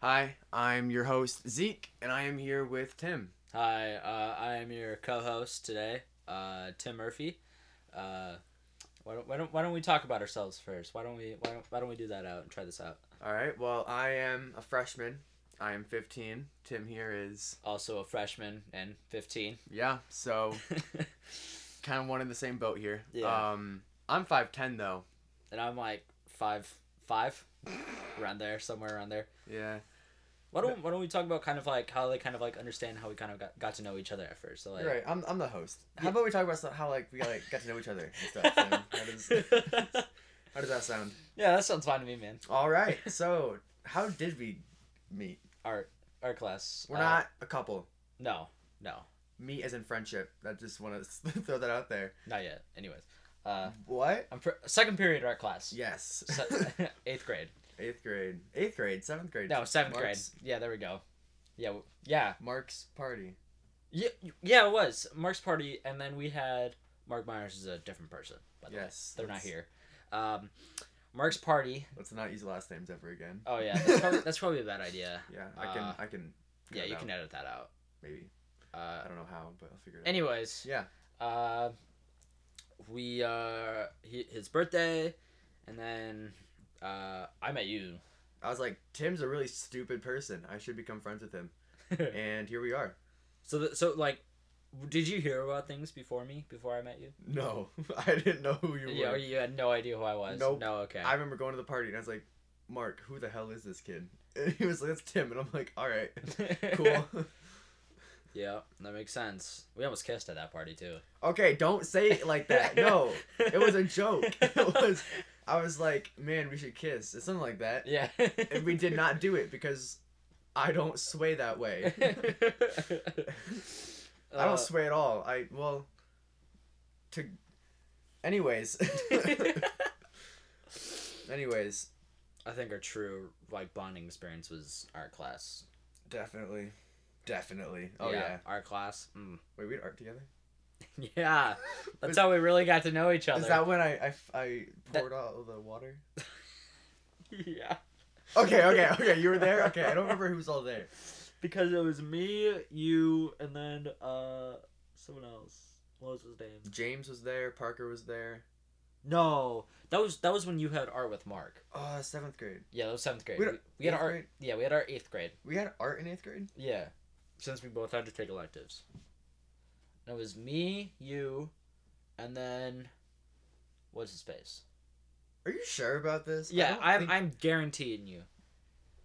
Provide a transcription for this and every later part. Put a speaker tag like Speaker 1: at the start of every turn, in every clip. Speaker 1: Hi, I'm your host Zeke, and I am here with Tim.
Speaker 2: Hi, uh, I am your co-host today, uh, Tim Murphy. Uh, why don't, why don't why don't we talk about ourselves first? Why don't we why don't, why don't we do that out and try this out?
Speaker 1: All right, well, I am a freshman. I am 15. Tim here is,
Speaker 2: Also a freshman and fifteen.
Speaker 1: yeah, so kind of one in the same boat here.
Speaker 2: Yeah.
Speaker 1: Um, I'm 5'10 though.
Speaker 2: and I'm like five five, around there somewhere around there.
Speaker 1: Yeah.
Speaker 2: Why don't why don't we talk about kind of like how they kind of like understand how we kind of got, got to know each other at first? So like.
Speaker 1: You're right. I'm, I'm the host. How
Speaker 2: Yeah.
Speaker 1: about we talk about so- how like we like got to know each other and stuff? Tim? how, does, how does that sound?
Speaker 2: yeah, that sounds fine to me, man.
Speaker 1: All right. So how did we meet?
Speaker 2: Art art class.
Speaker 1: We're
Speaker 2: uh,
Speaker 1: not a couple.
Speaker 2: No, no,
Speaker 1: Meet as in friendship. I just want to throw that out there.
Speaker 2: not yet. Anyways, uh,
Speaker 1: What?
Speaker 2: I'm pr- second period art class.
Speaker 1: Yes.
Speaker 2: Se- eighth grade.
Speaker 1: Eighth grade. Eighth grade. Seventh grade.
Speaker 2: No, seventh
Speaker 1: Mark's-
Speaker 2: grade. Yeah, there we go. Yeah, w- yeah,
Speaker 1: Mark's party.
Speaker 2: yeah, yeah. It was Mark's party, and then we had Mark Myers is a different person. By the
Speaker 1: Yes.
Speaker 2: way. they're not
Speaker 1: let's-
Speaker 2: here. Um, Mark's party.
Speaker 1: Let's not use last names ever again.
Speaker 2: Oh yeah, that's probably, that's probably a bad idea.
Speaker 1: Yeah, I can.
Speaker 2: Uh,
Speaker 1: I can. cut
Speaker 2: Yeah,
Speaker 1: it
Speaker 2: you
Speaker 1: out,
Speaker 2: can edit that out.
Speaker 1: Maybe. I
Speaker 2: Uh,
Speaker 1: don't know how, but I'll figure it out.
Speaker 2: anyways,
Speaker 1: Yeah.
Speaker 2: uh, we uh, he, his birthday, and then uh, I met you.
Speaker 1: I was like, Tim's a really stupid person. I should become friends with him. And here we are.
Speaker 2: so th- so like, w- did you hear about things before me before I met you?
Speaker 1: No, I didn't know who you were.
Speaker 2: Yeah, or you had no idea who I was.
Speaker 1: Nope.
Speaker 2: No, okay.
Speaker 1: I remember going to the party and I was like, Mark, who the hell is this kid? And he was like, that's Tim. And I'm like, all right, cool.
Speaker 2: yeah, that makes sense. We almost kissed at that party too.
Speaker 1: okay, don't say it like that. No, it was a joke. It was. I was like, man, we should kiss. It's something like that.
Speaker 2: Yeah.
Speaker 1: and we did not do it because I don't sway that way. I
Speaker 2: Uh,
Speaker 1: don't sway at all. I well, to, anyways, anyways,
Speaker 2: I think our true like bonding experience was art class.
Speaker 1: definitely, definitely. Oh yeah.
Speaker 2: Art class. Mm.
Speaker 1: Wait, we had art together.
Speaker 2: Yeah. That's
Speaker 1: Was-
Speaker 2: how we really got to know each other.
Speaker 1: Is that when I I, f- I
Speaker 2: That-
Speaker 1: poured out all the water?
Speaker 2: yeah.
Speaker 1: Okay, okay, okay. You were there. Okay, I don't remember who was all there.
Speaker 2: Because it was me, you, and then uh someone else. What was his name?
Speaker 1: James was there. Parker was there.
Speaker 2: No. That was that was when you had art with Mark.
Speaker 1: Oh, seventh grade.
Speaker 2: Yeah, that was seventh grade.
Speaker 1: We
Speaker 2: We,
Speaker 1: had-
Speaker 2: we had
Speaker 1: eighth
Speaker 2: our
Speaker 1: grade?
Speaker 2: yeah, we had our eighth grade.
Speaker 1: We had art in eighth grade.
Speaker 2: Yeah, since we both had to take electives. And it was me, you, and then what's his face?
Speaker 1: Are you sure about this? I
Speaker 2: Yeah,
Speaker 1: don't
Speaker 2: I'm
Speaker 1: think-
Speaker 2: I'm guaranteeing you,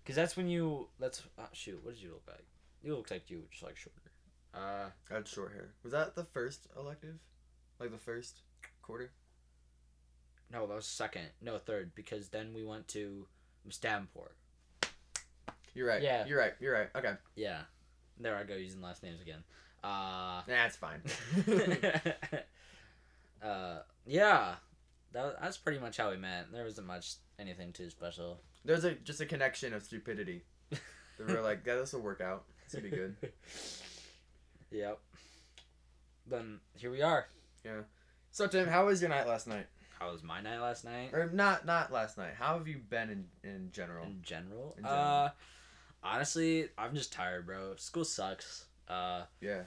Speaker 2: because that's when you that's oh, shoot. What did you look like? You looked like you were just like shorter. Uh,
Speaker 1: I had short hair. Was that the first elective? Like the first quarter?
Speaker 2: no, that was second. No, third, because then we went to Davenport.
Speaker 1: You're right.
Speaker 2: Yeah.
Speaker 1: You're right. You're right. Okay.
Speaker 2: Yeah, there I go using last names again. Uh,
Speaker 1: That's fine.
Speaker 2: uh, yeah, that, that's pretty much how we met. There wasn't much anything too special.
Speaker 1: There's a just a connection of stupidity. They were like, yeah, this will work out. This will be good.
Speaker 2: Yep. Then here we are.
Speaker 1: So Tim, how was your night last night?
Speaker 2: How was my night last night?
Speaker 1: Or not not last night. How have you been in, in general?
Speaker 2: In general,
Speaker 1: In
Speaker 2: uh, honestly, I'm just tired, bro. School sucks. Uh,
Speaker 1: Yeah.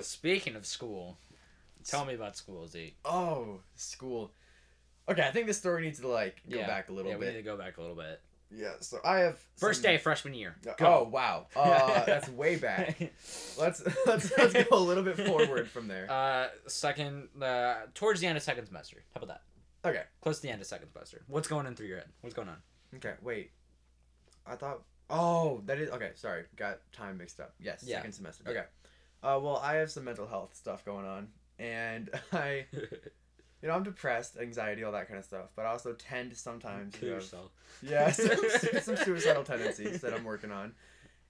Speaker 2: speaking of school, tell me about school, Z.
Speaker 1: oh, school. Okay, I think this story needs to like go
Speaker 2: Yeah.
Speaker 1: back a little
Speaker 2: yeah, we need to
Speaker 1: bit.
Speaker 2: go back a little bit.
Speaker 1: Yeah, so I have
Speaker 2: First
Speaker 1: some-
Speaker 2: day freshman year.
Speaker 1: Oh
Speaker 2: Go.
Speaker 1: wow. Uh, that's way back. Let's let's let's go a little bit forward from there.
Speaker 2: Uh, second, uh, towards the end of second semester. How about that?
Speaker 1: Okay.
Speaker 2: Close to the end of second semester. What's going on through your head? What's going on?
Speaker 1: Okay, wait. I thought. Oh, that is okay. Sorry, got time mixed up. Yes,
Speaker 2: Yeah.
Speaker 1: second semester.
Speaker 2: Yeah.
Speaker 1: Okay. Uh, well, I have some mental health stuff going on, and I, you know, I'm depressed, anxiety, all that kind of stuff. But I also tend to sometimes
Speaker 2: Kill
Speaker 1: to have-
Speaker 2: yourself.
Speaker 1: yeah, some, some suicidal tendencies that I'm working on.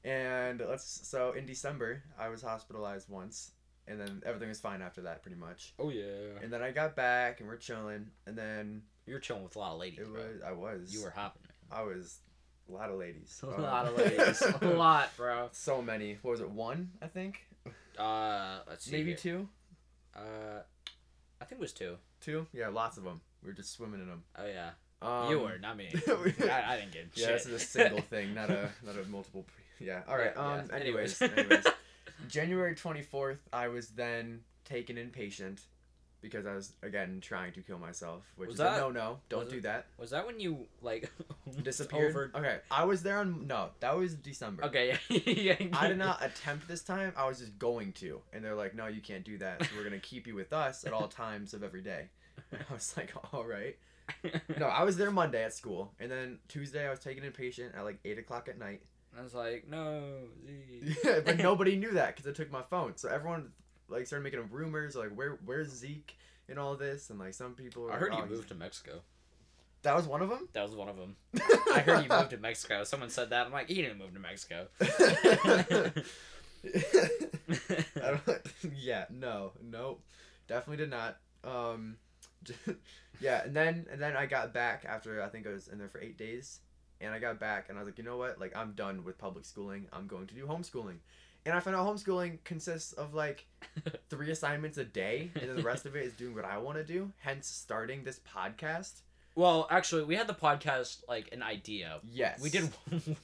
Speaker 1: And let's so in December, I was hospitalized once, and then everything was fine after that, pretty much.
Speaker 2: Oh yeah.
Speaker 1: And then I got back, and we're chilling, and then
Speaker 2: You're chilling with a lot of ladies.
Speaker 1: it
Speaker 2: bro.
Speaker 1: was I was
Speaker 2: You were hopping. man.
Speaker 1: I was a lot of ladies.
Speaker 2: A
Speaker 1: Um,
Speaker 2: lot of ladies. a lot, bro.
Speaker 1: So many. What was it? One, I think.
Speaker 2: Uh, let's see.
Speaker 1: Maybe
Speaker 2: here.
Speaker 1: two.
Speaker 2: Uh, I think it was two.
Speaker 1: Two. Yeah, lots of them. We were just swimming in them.
Speaker 2: Oh yeah.
Speaker 1: Um,
Speaker 2: you were, not me. I, I didn't get
Speaker 1: Yeah,
Speaker 2: shit.
Speaker 1: this is a single thing, not a not a multiple. Pre- yeah. All right.
Speaker 2: Yeah,
Speaker 1: Um.
Speaker 2: yeah.
Speaker 1: Anyways. anyways. January 24th, I was then taken inpatient because I was again trying to kill myself, which
Speaker 2: Was
Speaker 1: is
Speaker 2: that-
Speaker 1: a no-no. Don't
Speaker 2: was
Speaker 1: do
Speaker 2: it-
Speaker 1: that.
Speaker 2: was that when you like
Speaker 1: Disappeared.
Speaker 2: Over...
Speaker 1: Okay, I was there on no, that was December.
Speaker 2: Okay, yeah, yeah.
Speaker 1: I did not attempt this time. I was just going to, and they're like, "No, you can't do that. So we're gonna keep you with us at all times of every day." And I was like, "All right." No, I was there Monday at school, and then Tuesday I was taken inpatient at like eight o'clock at night.
Speaker 2: I was like, no. Z.
Speaker 1: Yeah, but nobody knew that because I took my phone. So everyone like started making up rumors like where where's Zeke and all this, and like some people. Were
Speaker 2: I heard
Speaker 1: like,
Speaker 2: you
Speaker 1: "Oh, he's-"
Speaker 2: moved to Mexico.
Speaker 1: That was one of them.
Speaker 2: That was one of them. I heard you moved to Mexico. Someone said that. I'm like, he didn't move to Mexico.
Speaker 1: I don't, yeah, no, nope, definitely did not. Um, yeah, and then and then I got back after I think I was in there for eight days, and I got back and I was like, you know what, like I'm done with public schooling. I'm going to do homeschooling, and I found out homeschooling consists of like three assignments a day, and then the rest of it is doing what I want to do. Hence, starting this podcast.
Speaker 2: well, actually, we had the podcast like an idea.
Speaker 1: Yes,
Speaker 2: We did one,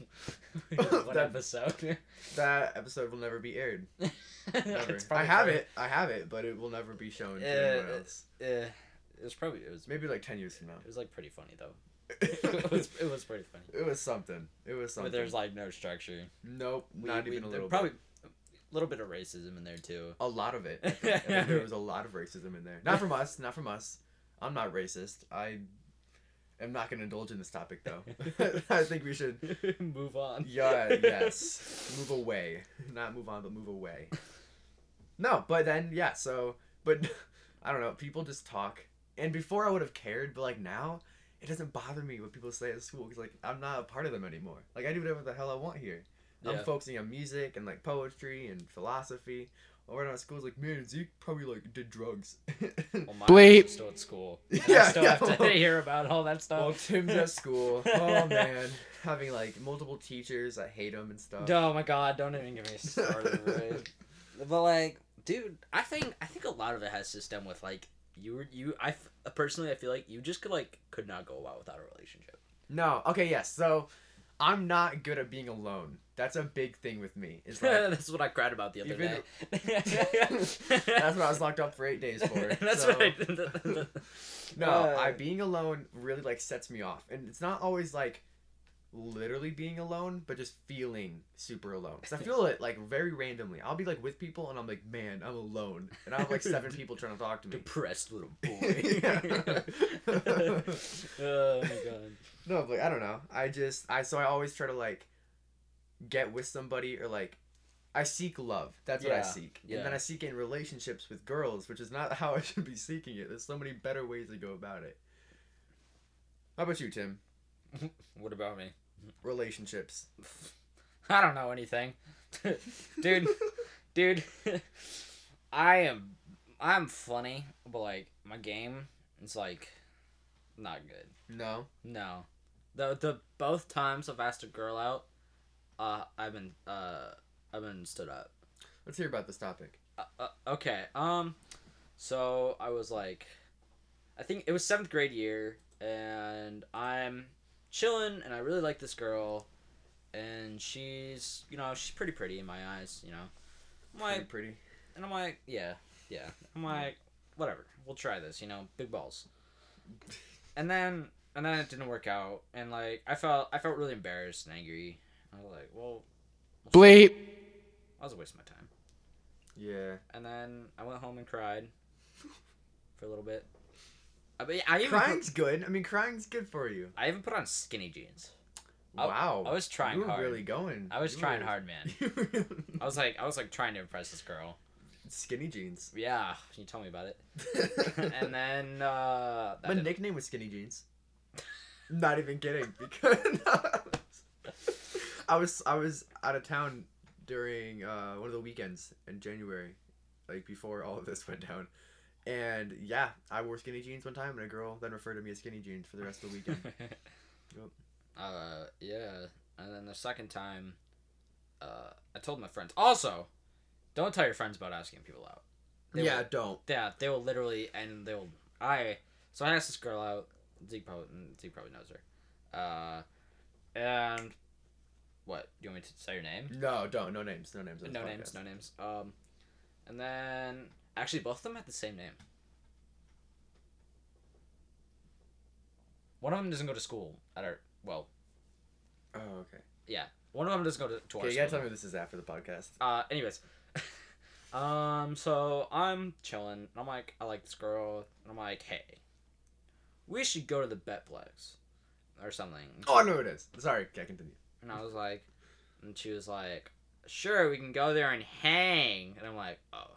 Speaker 2: we did one
Speaker 1: That-
Speaker 2: episode.
Speaker 1: That episode will never be aired. Never.
Speaker 2: It's
Speaker 1: I
Speaker 2: probably
Speaker 1: have
Speaker 2: very-
Speaker 1: it. I have it, but it will never be shown to
Speaker 2: Uh,
Speaker 1: anyone else.
Speaker 2: Eh, it was probably it was
Speaker 1: Maybe like ten years from
Speaker 2: it was like pretty funny though. it
Speaker 1: now.
Speaker 2: was it was pretty funny.
Speaker 1: It was something. It was something.
Speaker 2: But there's like no structure.
Speaker 1: nope,
Speaker 2: We-
Speaker 1: not
Speaker 2: we-
Speaker 1: even a
Speaker 2: there
Speaker 1: little.
Speaker 2: Probably
Speaker 1: bit.
Speaker 2: a little bit of racism in there too.
Speaker 1: a lot of it. I think. I think there was a lot of racism in there. Not from us. Not from us. I'm not racist. I am not gonna indulge in this topic though. I think we should.
Speaker 2: Move on.
Speaker 1: Yeah. Yes. Move away. Not move on, but move away. No, but then yeah. So, but I don't know. People just talk, and before I would have cared, but like now. It doesn't bother me what people say at school because like I'm not a part of them anymore. Like I do whatever the hell I want here. I'm
Speaker 2: Yeah.
Speaker 1: focusing on music and like poetry and philosophy. Or when I was at school, it's like, man, Zeke probably like did drugs.
Speaker 2: Well, my Bleep.
Speaker 3: Bleep.
Speaker 2: still at school.
Speaker 1: Yeah,
Speaker 2: I still
Speaker 1: yeah,
Speaker 2: have to
Speaker 1: well-
Speaker 2: hear about all that stuff.
Speaker 1: well, Tim's at school. Oh man, having like multiple teachers, I hate him and stuff.
Speaker 2: Oh my god, don't even get me started. right? but like, dude, I think I think a lot of it has to stem with like you were you I f- personally I feel like you just could like could not go out without a relationship.
Speaker 1: No, okay, yes. So, I'm not good at being alone. That's a big thing with me. It's like
Speaker 2: That's what I cried about the other
Speaker 1: Even-
Speaker 2: day.
Speaker 1: that's what I was locked up for eight days for.
Speaker 2: That's
Speaker 1: so-
Speaker 2: what I did.
Speaker 1: No,
Speaker 2: Uh,
Speaker 1: I being alone really like sets me off, and it's not always like literally being alone, but just feeling super alone. 'Cause I feel it like very randomly. I'll be like with people, and I'm like, man, I'm alone, and I have like seven people trying to talk to me.
Speaker 2: Depressed little
Speaker 1: Yeah.
Speaker 2: boy. oh my god.
Speaker 1: No, but like, I don't know. I just I so I always try to like get with somebody or like I seek love. That's what I
Speaker 2: Yeah,
Speaker 1: seek. And then
Speaker 2: yeah.
Speaker 1: I seek it in relationships with girls, which is not how I should be seeking it. There's so many better ways to go about it. How about you, Tim?
Speaker 2: What about me?
Speaker 1: Relationships.
Speaker 2: I don't know anything. dude, dude, I am I'm funny, but like my game is like not good.
Speaker 1: No.
Speaker 2: No. The the both times I've asked a girl out, uh I've been uh I've been stood up.
Speaker 1: Let's hear about this topic.
Speaker 2: Uh, uh, okay. Um so I was like I think it was 7th grade year and I'm chilling and I really like this girl and she's, you know, she's pretty pretty in my eyes, you know. I'm like,
Speaker 1: Pretty pretty.
Speaker 2: and I'm like, yeah, yeah. I'm like, whatever. We'll try this, you know, big balls. And then and then it didn't work out and like I felt I felt really embarrassed and angry. I was like, well,
Speaker 3: Bleep.
Speaker 2: that was a waste of my time.
Speaker 1: Yeah.
Speaker 2: And then I went home and cried for a little bit. I mean, I even put,
Speaker 1: Crying's good. I mean crying's good for you.
Speaker 2: I even put on skinny jeans. I-
Speaker 1: wow.
Speaker 2: I was trying
Speaker 1: Oh, you were
Speaker 2: hard.
Speaker 1: really going.
Speaker 2: I was
Speaker 1: You
Speaker 2: trying
Speaker 1: were-
Speaker 2: hard, Oh. man.
Speaker 1: You were-
Speaker 2: I was like I was like trying to impress this girl.
Speaker 1: Skinny jeans.
Speaker 2: Yeah, you tell me about it. and then uh that
Speaker 1: My
Speaker 2: didn't-
Speaker 1: nickname was Skinny Jeans. Not even kidding. Because I was I was out of town during uh, one of the weekends in January, like before all of this went down. And yeah, I wore skinny jeans one time, and a girl then referred to me as skinny jeans for the rest of the weekend. Yep.
Speaker 2: Uh, yeah. And then the second time, uh, I told my friends. Also, don't tell your friends about asking people out. They
Speaker 1: yeah,
Speaker 2: Will,
Speaker 1: don't.
Speaker 2: yeah, they will literally, and they will. I. So I asked this girl out, Zeke probably mm, Zeke probably knows her. Uh, and what? Do you want me to say her name?
Speaker 1: No, don't. No names. No names. on this
Speaker 2: No names,
Speaker 1: podcast.
Speaker 2: no names. Um, and then actually, both of them had the same name. One of them doesn't go to school at our well.
Speaker 1: Oh, okay.
Speaker 2: One of them doesn't go to, to our
Speaker 1: Okay, you
Speaker 2: school.
Speaker 1: gotta tell me this is after the podcast.
Speaker 2: Uh, anyways, um, so I'm chilling. And I'm like, I like this girl, and I'm like, hey, we should go to the Betplex or something.
Speaker 1: Oh, I know what it is. Sorry, okay, continue.
Speaker 2: And I was like, and she was like, sure, we can go there and hang. And I'm like, oh,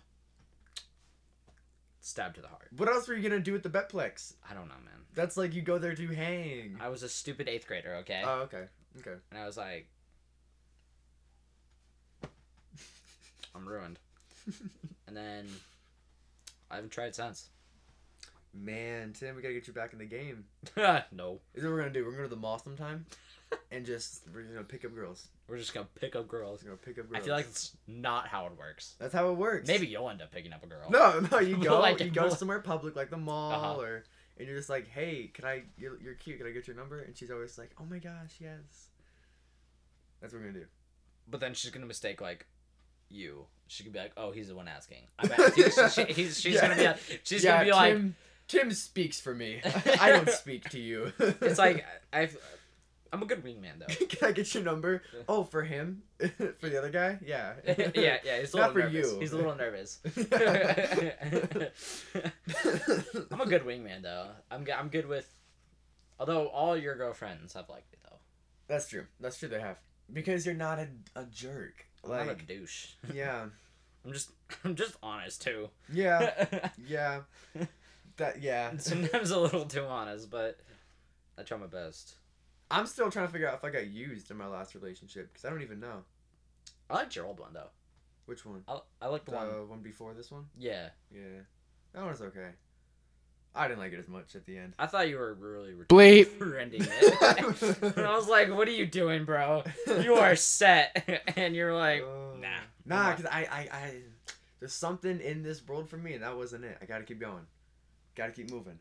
Speaker 2: stab to the heart.
Speaker 1: What else were you gonna do with the Betplex?
Speaker 2: I don't know, man.
Speaker 1: That's like you go there to hang.
Speaker 2: I was a stupid eighth grader, okay?
Speaker 1: Oh, okay. Okay.
Speaker 2: and I was like, I'm ruined. and then I haven't tried since.
Speaker 1: Man, Tim, we gotta get you back in the game.
Speaker 2: no.
Speaker 1: Is what we're gonna do? We're gonna go to the mall sometime, and just we're gonna pick up girls.
Speaker 2: We're just gonna pick up girls.
Speaker 1: We're gonna pick up
Speaker 2: I
Speaker 1: girls.
Speaker 2: feel like it's not how it works.
Speaker 1: that's how it works.
Speaker 2: Maybe you'll end up picking up a girl.
Speaker 1: No, no, you
Speaker 2: But
Speaker 1: go,
Speaker 2: like-
Speaker 1: you go
Speaker 2: but like-
Speaker 1: somewhere public like the mall,
Speaker 2: Uh-huh.
Speaker 1: or and you're just like, hey, can I? You're, you're cute. Can I get your number? And she's always like, oh my gosh, yes. That's what we're gonna do.
Speaker 2: But then she's gonna mistake like you. She could be like, "Oh, he's the one asking." I'm asking. she, she, he's, she's gonna be like, she's gonna be like,
Speaker 1: Tim, Tim speaks for me. I don't speak to you.
Speaker 2: it's like I've, I'm a good wingman though.
Speaker 1: can I get your number?
Speaker 2: Yeah.
Speaker 1: Oh, for him, for the other guy, yeah.
Speaker 2: yeah, yeah. He's a
Speaker 1: Not
Speaker 2: little
Speaker 1: for
Speaker 2: nervous.
Speaker 1: you.
Speaker 2: He's a little nervous. I'm a good wingman though. I'm g- I'm good with. Although all your girlfriends have liked me though.
Speaker 1: That's true. That's true. They have because you're not a, a jerk.
Speaker 2: I'm not a
Speaker 1: Like
Speaker 2: douche.
Speaker 1: yeah,
Speaker 2: I'm just I'm just honest too.
Speaker 1: yeah, yeah. That yeah.
Speaker 2: Sometimes a little too honest, but I try my best.
Speaker 1: I'm still trying to figure out if I got used in my last relationship because I don't even know
Speaker 2: I liked your old one though.
Speaker 1: which one.
Speaker 2: I, I liked the
Speaker 1: The
Speaker 2: one.
Speaker 1: one, before this one.
Speaker 2: Yeah,
Speaker 1: Yeah, that one's okay. I didn't like it as much at the end.
Speaker 2: I thought you were really re-
Speaker 1: Bleep.
Speaker 2: rending it. and I was like, "What are you doing, bro? You are set." and you're like,
Speaker 1: Oh.
Speaker 2: nah.
Speaker 1: Nah,
Speaker 2: Nah.
Speaker 1: because I, I, I, there's something in this world for me, and that wasn't it. I gotta keep going. Gotta keep moving.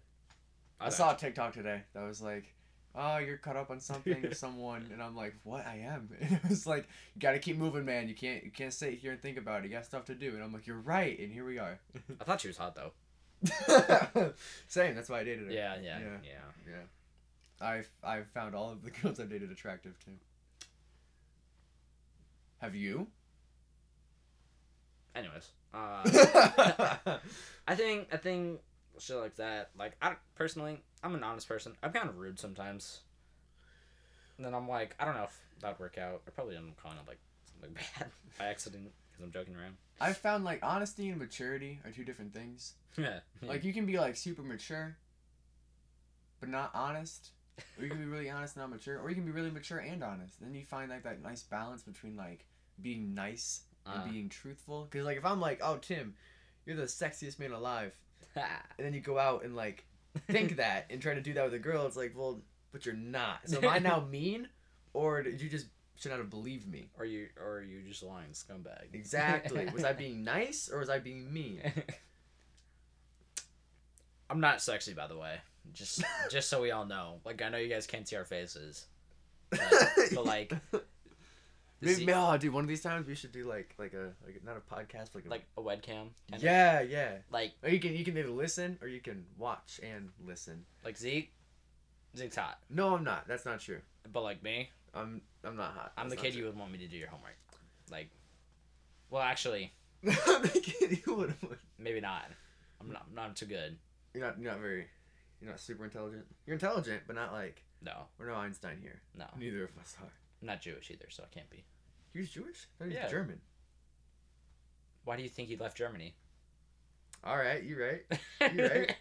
Speaker 1: I,
Speaker 2: don't-
Speaker 1: saw a TikTok today that was like, oh, you're caught up on something or someone, and I'm like, what? I am. And it was like, you gotta keep moving, man. You can't, you can't sit here and think about it. You got stuff to do. And I'm like, you're right. And here we are.
Speaker 2: I thought she was hot though.
Speaker 1: Same. That's why I dated her.
Speaker 2: Yeah, yeah, yeah.
Speaker 1: Yeah. I've, I've found all of the girls I've dated attractive too. Have you?
Speaker 2: Anyways, uh, I think I think shit like that. Like I don't- personally, I'm an honest person. I'm kind of rude sometimes. And then I'm like, I don't know if that'd work out. I probably end up calling it like something bad by accident because I'm joking around.
Speaker 1: I've found like honesty and maturity are two different things.
Speaker 2: Yeah.
Speaker 1: Like you can be like super mature, but not honest, or you can be really honest and not mature, or you can be really mature and honest. Then you find like that nice balance between like being nice and
Speaker 2: Uh,
Speaker 1: being truthful. Cause like if I'm like, oh Tim, you're the sexiest man alive, and then you go out and like think that and try to do that with a girl, it's like, well, but you're not. So am I now mean, or did you just should not have believed me?
Speaker 2: or you or you just lying scumbag.
Speaker 1: Exactly. was I being nice or was I being mean?
Speaker 2: I'm not sexy, by the way. Just just so we all know. Like I know you guys can't see our faces, but, but like
Speaker 1: Maybe,
Speaker 2: see-
Speaker 1: oh, dude, one of these times we should do like like a like not a podcast, like a,
Speaker 2: like a webcam. kinda.
Speaker 1: yeah, yeah.
Speaker 2: Like
Speaker 1: Or you can you can either listen or you can watch and listen.
Speaker 2: like Zeke. Zeke's hot,
Speaker 1: No, I'm not. That's not true.
Speaker 2: but like me,
Speaker 1: I'm I'm not hot.
Speaker 2: I'm the
Speaker 1: That's
Speaker 2: kid
Speaker 1: not
Speaker 2: you would want me to do your homework. Like, well, actually,
Speaker 1: true. I'm the kid you would.
Speaker 2: maybe not. I'm not. I'm not too good.
Speaker 1: You're not you're not very. You're not super intelligent. You're intelligent, but not like
Speaker 2: No,
Speaker 1: we're no Einstein here.
Speaker 2: no, I'm
Speaker 1: Neither of us are.
Speaker 2: not Jewish either, so I can't be.
Speaker 1: He was Jewish. No, he's
Speaker 2: Yeah.
Speaker 1: German.
Speaker 2: Why do you think he left Germany?
Speaker 1: All right, you right. You're right.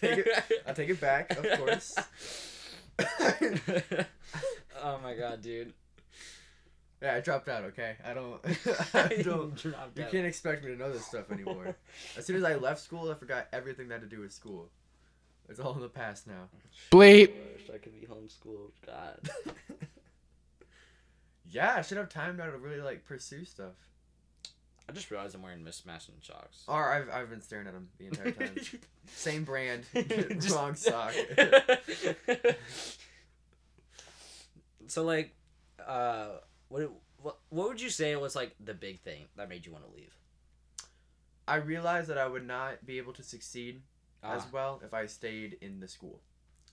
Speaker 1: Take I take it back, of course.
Speaker 2: oh my god, dude.
Speaker 1: yeah, I dropped out. Okay, I don't. I don't.
Speaker 2: Dropped
Speaker 1: You
Speaker 2: out.
Speaker 1: can't expect me to know this stuff anymore. As soon as I left school, I forgot everything that had to do with school. It's all in the past now.
Speaker 2: Bleep. I could be homeschooled. God.
Speaker 1: Yeah, I should have time now to really like pursue stuff.
Speaker 2: I just realized I'm wearing mismatched socks.
Speaker 1: Or I've, I've been staring at them the entire time. Same brand, wrong sock.
Speaker 2: so like, uh, what what what would you say was like the big thing that made you want to leave?
Speaker 1: I realized that I would not be able to succeed
Speaker 2: Uh,
Speaker 1: as well if I stayed in the school.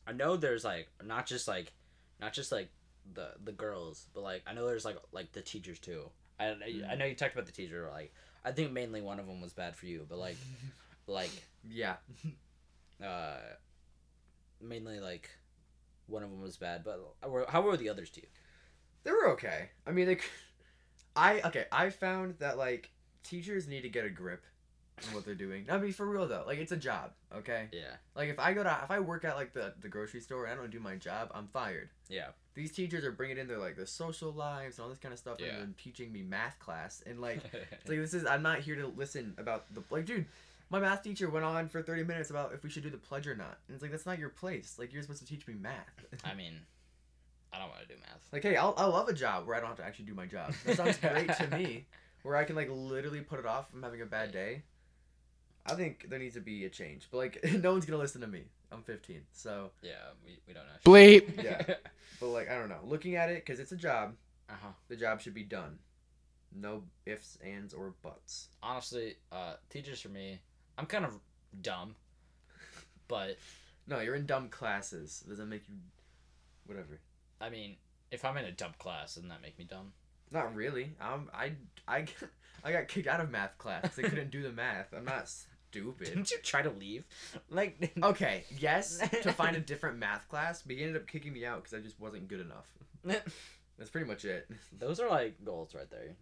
Speaker 2: I know there's like not just like not just like the the girls, but like I know there's like like the teachers too. I I-
Speaker 1: Mm.
Speaker 2: I know you talked about the teacher. Like I think mainly one of them was bad for you, but like like
Speaker 1: Yeah.
Speaker 2: uh mainly like one of them was bad. But uh, were- how were the others to you?
Speaker 1: They were okay. I mean, they, c- I okay. I found that like teachers need to get a grip on what they're doing. Now, be for real though. Like it's a job, okay?
Speaker 2: Yeah,
Speaker 1: Like if I go to if I work at like the the grocery store and I don't do my job, I'm fired.
Speaker 2: yeah,
Speaker 1: These teachers are bringing in their like their social lives and all this kind of stuff,
Speaker 2: Yeah.
Speaker 1: and then teaching me math class and like it's like this is I'm not here to listen about the like dude. My math teacher went on for 30 minutes about if we should do the pledge or not. And it's like, that's not your place. Like, you're supposed to teach me math.
Speaker 2: I mean, I don't want to do math.
Speaker 1: Like, hey, I'll, I love a job where I don't have to actually do my job. That sounds great to me. Where I can like literally put it off from having a bad day. I think there needs to be a change, but like no one's gonna listen to me. I'm 15, so
Speaker 2: Yeah, we, we don't know.
Speaker 3: Bleep.
Speaker 1: Yeah. but like I don't know. Looking at it, because it's a job,
Speaker 2: uh huh.
Speaker 1: the job should be done. No ifs, ands, or buts.
Speaker 2: Honestly, uh, teachers for me, I'm kind of dumb, but
Speaker 1: No, you're in dumb classes. It doesn't make you, whatever.
Speaker 2: I mean, if I'm in a dumb class, doesn't that make me dumb?
Speaker 1: Not really. Um, I I I got kicked out of math class. 'cause I couldn't do the math. I'm not stupid.
Speaker 2: Didn't you try to leave? Like,
Speaker 1: Okay, yes, to find a different math class, but he ended up kicking me out because I just wasn't good enough. That's pretty much it.
Speaker 2: those are like goals right there.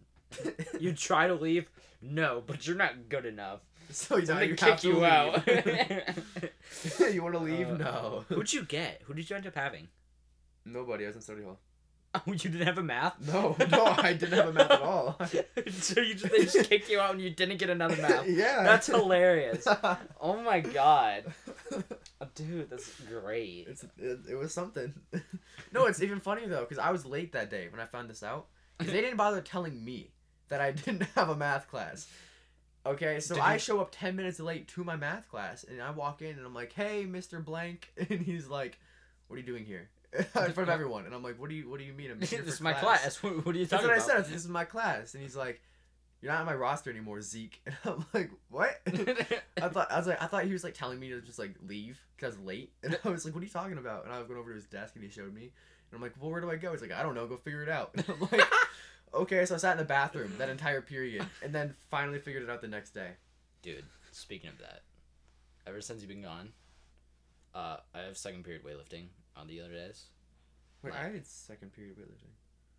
Speaker 2: You try to leave, no, but you're not good enough.
Speaker 1: so you
Speaker 2: So
Speaker 1: know,
Speaker 2: they
Speaker 1: you have
Speaker 2: kick
Speaker 1: to
Speaker 2: you out.
Speaker 1: leave. you want to leave?
Speaker 2: Uh,
Speaker 1: no.
Speaker 2: Who'd you get? Who did you end up having?
Speaker 1: Nobody. I was in study hall.
Speaker 2: Oh, you didn't have a math?
Speaker 1: No, no, I didn't have a math at all.
Speaker 2: so you just, they just kicked you out and you didn't get another math.
Speaker 1: yeah.
Speaker 2: That's
Speaker 1: it's,
Speaker 2: hilarious. Oh my god. Oh, Dude, that's great.
Speaker 1: it, it was something. no, it's even funny though because I was late that day when I found this out. 'Cause they didn't bother telling me that I didn't have a math class. Okay, so
Speaker 2: Did
Speaker 1: I
Speaker 2: you-
Speaker 1: show up 10 minutes late to my math class and I walk in and I'm like, "Hey, Mr. Blank." And he's like, "What are you doing here?" in front of everyone. And I'm like, "What do you what do you mean I'm
Speaker 2: this
Speaker 1: here
Speaker 2: is
Speaker 1: for
Speaker 2: my class. What, what are you
Speaker 1: That's
Speaker 2: talking
Speaker 1: what I
Speaker 2: about?
Speaker 1: said. I said, "This is my class." And he's like, "You're not on my roster anymore, Zeke." And I'm like, "What?" I thought I was like I thought he was like telling me to just like leave because I was late, and I was like, "What are you talking about?" And I went over to his desk and he showed me, and I'm like, "Well, where do I go?" He's like, "I don't know. Go figure it out." And I'm like, "Okay." So I sat in the bathroom that entire period, and then finally figured it out the next day.
Speaker 2: Dude, speaking of that, ever since you've been gone, uh, I have second period weightlifting on the other days.
Speaker 1: Wait,
Speaker 2: Like-
Speaker 1: I had second period weightlifting.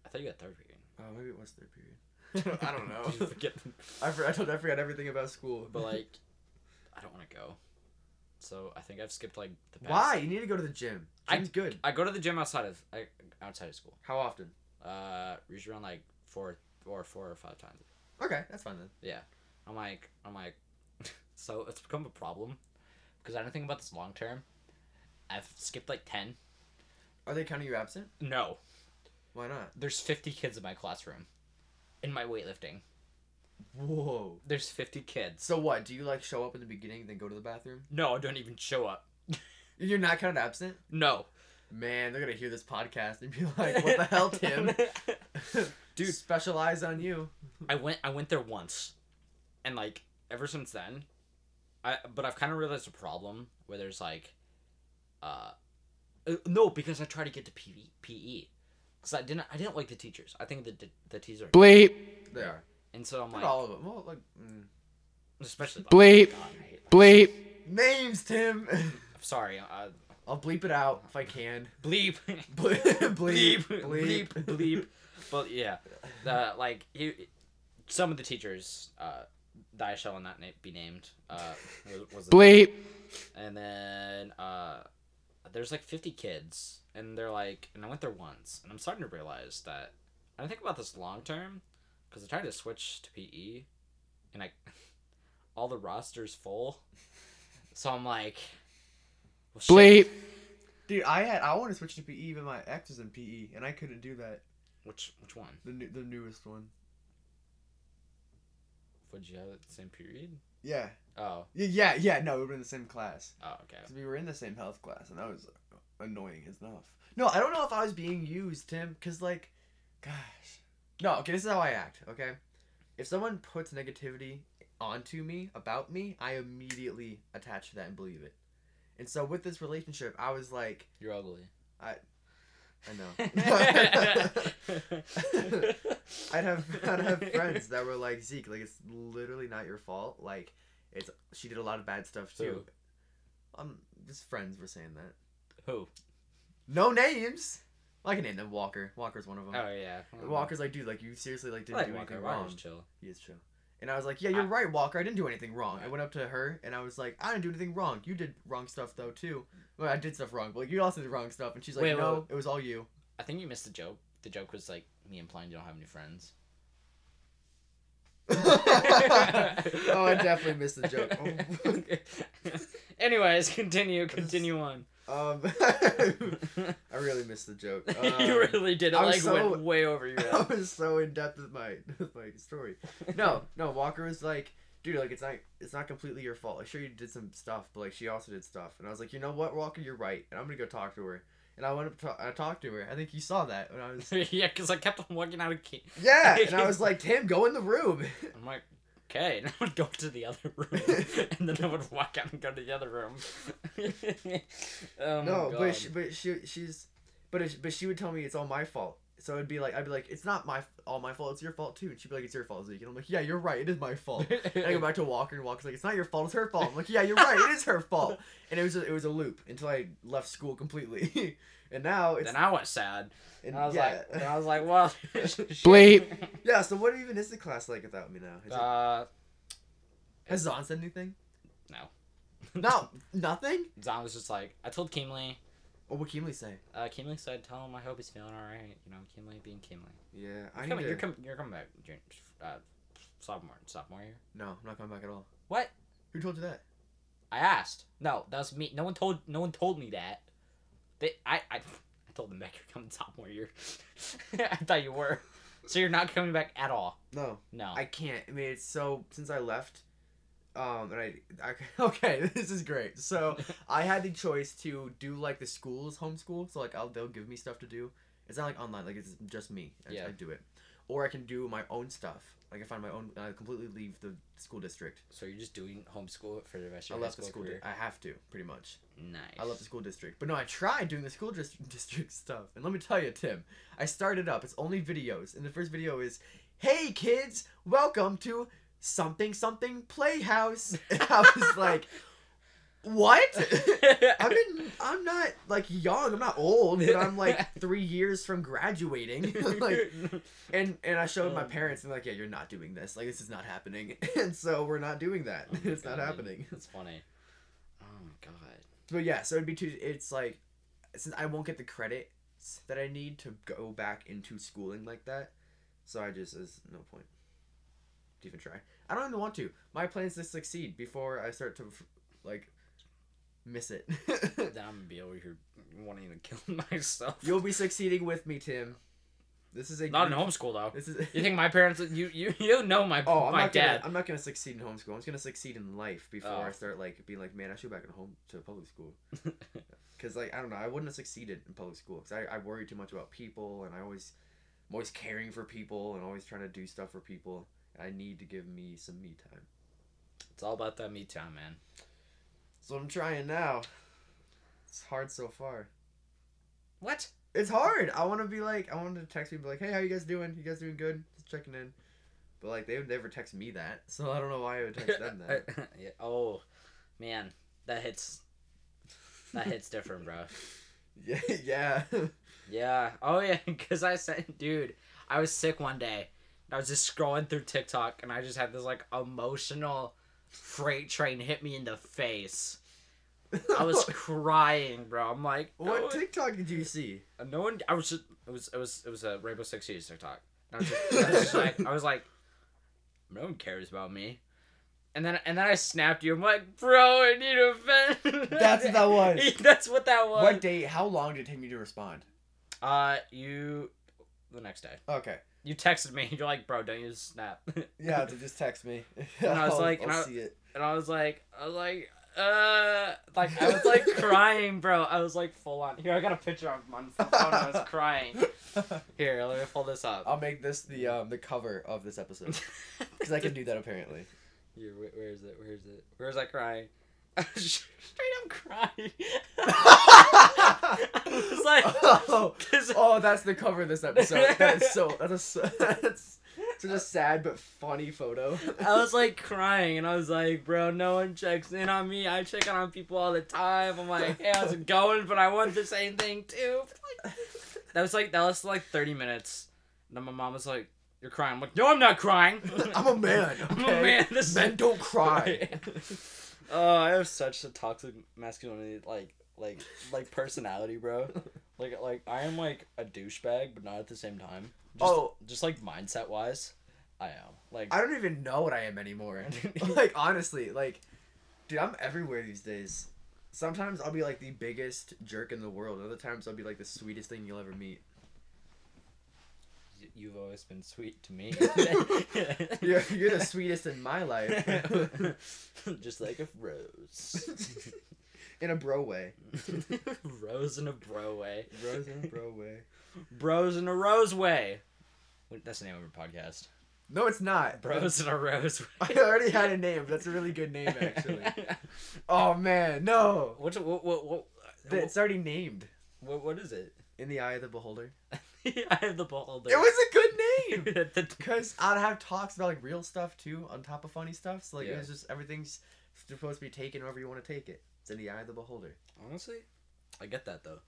Speaker 2: I thought you got third period.
Speaker 1: Oh, maybe it was third period. I don't
Speaker 2: Just
Speaker 1: know.
Speaker 2: forget.
Speaker 1: I, for, I, told, I forgot everything about school.
Speaker 2: But like, I don't want to go. So I think I've skipped like the past.
Speaker 1: why? You need to go to the gym.
Speaker 2: I-
Speaker 1: Gym's good.
Speaker 2: I go to the gym outside of I, outside of school.
Speaker 1: How often?
Speaker 2: Uh, usually around like four or four or five times.
Speaker 1: Okay, that's fine then.
Speaker 2: I'm like, I'm like, so it's become a problem because I don't think about this long term. I've skipped like ten.
Speaker 1: Are they counting you absent?
Speaker 2: No,
Speaker 1: Why not?
Speaker 2: there's fifty kids in my classroom, in my weightlifting.
Speaker 1: Whoa.
Speaker 2: There's fifty kids.
Speaker 1: So what? Do you like show up in the beginning, then go to the bathroom?
Speaker 2: No, I don't even show up.
Speaker 1: You're not counted absent?
Speaker 2: No,
Speaker 1: Man, they're gonna hear this podcast and be like, "What the hell, Tim?
Speaker 2: Dude.
Speaker 1: specialize on you."
Speaker 2: I went I went there once, and like ever since then, I but I've kind of realized a problem where there's like, uh, uh, no because I tried to get to PV, PE, because E. I didn't I didn't like the teachers. I think the the, the teachers are
Speaker 3: Bleep.
Speaker 1: They are.
Speaker 2: and so I'm
Speaker 1: Not
Speaker 2: like
Speaker 1: all of them. Well, like mm.
Speaker 2: especially Oh
Speaker 3: Bleep.
Speaker 2: God, I hate-
Speaker 3: Bleep.
Speaker 1: names, Tim.
Speaker 2: I'm sorry. Uh,
Speaker 1: I'll bleep it out if I can.
Speaker 2: bleep.
Speaker 1: Bleep,
Speaker 2: bleep,
Speaker 1: bleep,
Speaker 2: bleep,
Speaker 1: bleep.
Speaker 2: bleep. But yeah, uh, like he, some of the teachers uh, that I shall not na- be named uh, was, was the-
Speaker 3: Bleep.
Speaker 2: and then uh, there's like 50 kids, and they're like, and I went there once, and I'm starting to realize that I don't think about this long term because I tried to switch to PE, and I, all the rosters full, so I'm like, well, shit.
Speaker 3: Bleep.
Speaker 1: Dude, I had I want to switch to PE, but my ex was in PE, and I couldn't do that.
Speaker 2: Which which one?
Speaker 1: The new, the newest one.
Speaker 2: Would you have it the same period?
Speaker 1: Yeah.
Speaker 2: Oh.
Speaker 1: Y- Yeah, yeah, no, we were in the same class.
Speaker 2: Oh, okay.
Speaker 1: Because we were in the same health class, and that was annoying enough. No, I don't know if I was being used, Tim, because, like, gosh. No, okay, this is how I act, okay? If someone puts negativity onto me, about me, I immediately attach to that and believe it. And so with this relationship, I was like,
Speaker 2: You're ugly.
Speaker 1: I know.
Speaker 2: I'd
Speaker 1: I'd have I'd have friends that were like Zeke, like it's literally not your fault. Like it's she did a lot of bad stuff too. Um, just friends were saying that.
Speaker 2: Who?
Speaker 1: No names. Well, I can name them. Walker. Walker's one of them.
Speaker 2: Oh yeah.
Speaker 1: Walker's like, dude, like you seriously like
Speaker 2: I
Speaker 1: didn't
Speaker 2: like
Speaker 1: do
Speaker 2: Walker.
Speaker 1: anything
Speaker 2: Walker's
Speaker 1: wrong.
Speaker 2: chill.
Speaker 1: He is chill. And I was like, yeah, you're
Speaker 2: I-
Speaker 1: right, Walker. I didn't do anything wrong. I went up to her and I was like, I didn't do anything wrong. You did wrong stuff though too. Well, I did stuff wrong, but like, you also did wrong stuff. And she's like,
Speaker 2: Wait,
Speaker 1: no,
Speaker 2: wait,
Speaker 1: it was all you.
Speaker 2: I think you missed the joke. The joke was like me implying you don't have any friends.
Speaker 1: oh, I definitely missed the joke. Oh.
Speaker 2: Anyways, continue. Continue on.
Speaker 1: Um, I really missed the joke. Um,
Speaker 2: you really did. It
Speaker 1: I'm
Speaker 2: like
Speaker 1: so-
Speaker 2: went way over your
Speaker 1: I
Speaker 2: head.
Speaker 1: was so in depth with my with my story. No, no. Walker was like, dude, like it's not it's not completely your fault. Like, sure, you did some stuff, but like she also did stuff. And I was like, you know what, Walker, you're right. And I'm gonna go talk to her. And I went up to, I talked to her. I think you saw that when I was
Speaker 2: yeah, because I kept on walking out of. Key.
Speaker 1: yeah. And I was like, Tim, go in the room.
Speaker 2: I'm like, okay, and I would go to the other room, and then I would walk out and go to the other room. oh my
Speaker 1: no, but
Speaker 2: God.
Speaker 1: she, but she she's but it, but she would tell me it's all my fault. So it'd be like I'd be like, it's not my all my fault. It's your fault too. And she'd be like, it's your fault, Zeke. And I'm like, yeah, you're right. It is my fault. And I go back to Walker, and Walker's like, "It's not your fault. It's her fault." I'm like, "Yeah, you're right. It is her fault." And it was a, it was a loop until I left school completely, and now it's
Speaker 2: then I was sad.
Speaker 1: and
Speaker 2: And I was
Speaker 1: yeah.
Speaker 2: like, I was like, well,
Speaker 1: Bleep. yeah. So what even is the class like without me now? Is it,
Speaker 2: Uh,
Speaker 1: has Zahn said anything?
Speaker 2: no.
Speaker 1: No, nothing.
Speaker 2: Zon was just like, I told Kimley.
Speaker 1: What would Kimley say?
Speaker 2: Uh, Kimley said, "Tell him I hope he's feeling all right. You know, Kimley being Kimley.
Speaker 1: Yeah, I
Speaker 2: You're
Speaker 1: need
Speaker 2: coming,
Speaker 1: to-
Speaker 2: you're, com- you're coming back, junior, uh, sophomore, sophomore year.
Speaker 1: No, I'm not coming back at all.
Speaker 2: What?
Speaker 1: Who told you that?
Speaker 2: I asked. No, that was me. No one told. No one told me that. They, I, I, I told them that you're coming sophomore year. I thought you were. So you're not coming back at all.
Speaker 1: No,
Speaker 2: No.
Speaker 1: I can't. I mean, it's so since I left, um, and I, I okay, this is great. So I had the choice to do like the school's homeschool, so like I'll they'll give me stuff to do. It's not like online, like it's just me. I,
Speaker 2: Yeah.
Speaker 1: I do it, or I can do my own stuff. Like I find my own, I completely leave the school district.
Speaker 2: so you're just doing homeschool for the rest
Speaker 1: I
Speaker 2: of your high
Speaker 1: left the
Speaker 2: school,
Speaker 1: school. Di-
Speaker 2: career.
Speaker 1: I have to pretty much.
Speaker 2: nice.
Speaker 1: I love the school district, but no, I tried doing the school dis- district stuff. And let me tell you, Tim, I started up. It's only videos, and the first video is, "Hey kids, welcome to something something playhouse." And I was like, "What?" I'm in, I'm not like young. I'm not old, but I'm like three years from graduating.
Speaker 2: Oh
Speaker 1: like, and and I showed my
Speaker 2: Um.
Speaker 1: parents, and like, "Yeah, you're not doing this. Like, this is not happening." And so we're not doing that.
Speaker 2: Oh my
Speaker 1: it's not
Speaker 2: God.
Speaker 1: happening.
Speaker 2: That's funny. Oh my god.
Speaker 1: But yeah, so it'd be too. It's like since I won't get the credits that I need to go back into schooling like that, so I just there's no point to even try. I don't even want to. My plan is to succeed before I start to like miss it.
Speaker 2: Then I'm gonna be over here wanting to kill myself.
Speaker 1: You'll be succeeding with me, Tim. This is a
Speaker 2: not in
Speaker 1: group-
Speaker 2: homeschool though.
Speaker 1: This is.
Speaker 2: You think my parents? You you you know my
Speaker 1: Oh, I'm
Speaker 2: my
Speaker 1: not
Speaker 2: dad.
Speaker 1: gonna. I'm not gonna succeed in homeschool. I'm just gonna succeed in life before
Speaker 2: Oh.
Speaker 1: I start like being like, man, I should go back in home to public school. Cause like I don't know, I wouldn't have succeeded in public school. Cause I, I worry too much about people, and I always, I'm always caring for people, and always trying to do stuff for people. I need to give me some me time.
Speaker 2: It's all about that me time, man.
Speaker 1: So I'm trying now. It's hard so far.
Speaker 2: What?
Speaker 1: It's hard. I want to be like, I want to text people like, hey, how you guys doing? You guys doing good? Just checking in. But like they would never text me that, so I don't know why I would text them that.
Speaker 2: Yeah, Oh, man, that hits. That hits different, bro.
Speaker 1: Yeah, yeah.
Speaker 2: Yeah. Oh yeah, because I sent, dude. I was sick one day. and I was just scrolling through TikTok, and I just had this like emotional freight train hit me in the face. I was crying, bro. I'm like, oh,
Speaker 1: What
Speaker 2: no,
Speaker 1: TikTok did you see?
Speaker 2: one- Uh, no one. I was just. It was. It was. It was a Rainbow Six Siege TikTok. And I was just, I was just like, I was like, no one cares about me. And then and then I snapped you. I'm like, bro, I need a vent.
Speaker 1: That's what that was.
Speaker 2: That's what that was.
Speaker 1: What day? How long did it take me to respond?
Speaker 2: Uh, you the next day.
Speaker 1: Okay.
Speaker 2: you texted me. You're like, bro, don't use Snap.
Speaker 1: Yeah, to just text me.
Speaker 2: And I was
Speaker 1: I'll-
Speaker 2: like- and
Speaker 1: I'll
Speaker 2: I-
Speaker 1: see it.
Speaker 2: and I was like, I was like, uh, like I was like crying, bro. I was like full on. Here, I got a picture of my phone. I was crying. Here, let me pull this up.
Speaker 1: I'll make this the um the cover of this episode because I can do that apparently.
Speaker 2: Here, wh- where is it? Where is it? Where's I crying? Straight up crying. it's like,
Speaker 1: Oh.
Speaker 2: 'cause-
Speaker 1: Oh, that's the cover of this episode. That is so that is so, that's such a sad but funny photo.
Speaker 2: I was like crying, and I was like, bro, no one checks in on me. I check in on people all the time. I'm like, hey, how's it going? But I want the same thing too. That was like that was like 30 minutes. And then my mom was like, "You're crying." I'm like, "No, I'm not crying.
Speaker 1: I'm a man.
Speaker 2: I'm a
Speaker 1: okay?
Speaker 2: man. This is-
Speaker 1: Men don't cry.
Speaker 2: Oh, I have such a toxic masculinity, like like like personality, bro. Like like I am like a douchebag, but not at the same time. Just,
Speaker 1: Oh.
Speaker 2: just like mindset wise, I am. Like
Speaker 1: I don't even know what I am anymore. like honestly, like dude, I'm everywhere these days. Sometimes I'll be like the biggest jerk in the world. Other times I'll be like the sweetest thing you'll ever meet.
Speaker 2: y- you've always been sweet to me.
Speaker 1: You're, you're the sweetest in my life.
Speaker 2: just like a rose.
Speaker 1: in a bro way.
Speaker 2: rose in a bro way.
Speaker 1: Bros in a bro way.
Speaker 2: Bros in a rose way. Wait, That's the name of our podcast.
Speaker 1: No, it's not.
Speaker 2: Bros in a rose
Speaker 1: I
Speaker 2: way.
Speaker 1: already had a name. That's a really good name, actually. Oh man, no.
Speaker 2: What's what what what,
Speaker 1: It's already named.
Speaker 2: what what is it?
Speaker 1: In the eye of the beholder.
Speaker 2: I have the beholder.
Speaker 1: It was a good name.
Speaker 2: The-
Speaker 1: Cause I'd have talks about like real stuff too, on top of funny stuff. So like
Speaker 2: Yeah.
Speaker 1: it was just everything's supposed to be taken however you want to take it. It's in the eye of the beholder.
Speaker 2: Honestly, I get that though.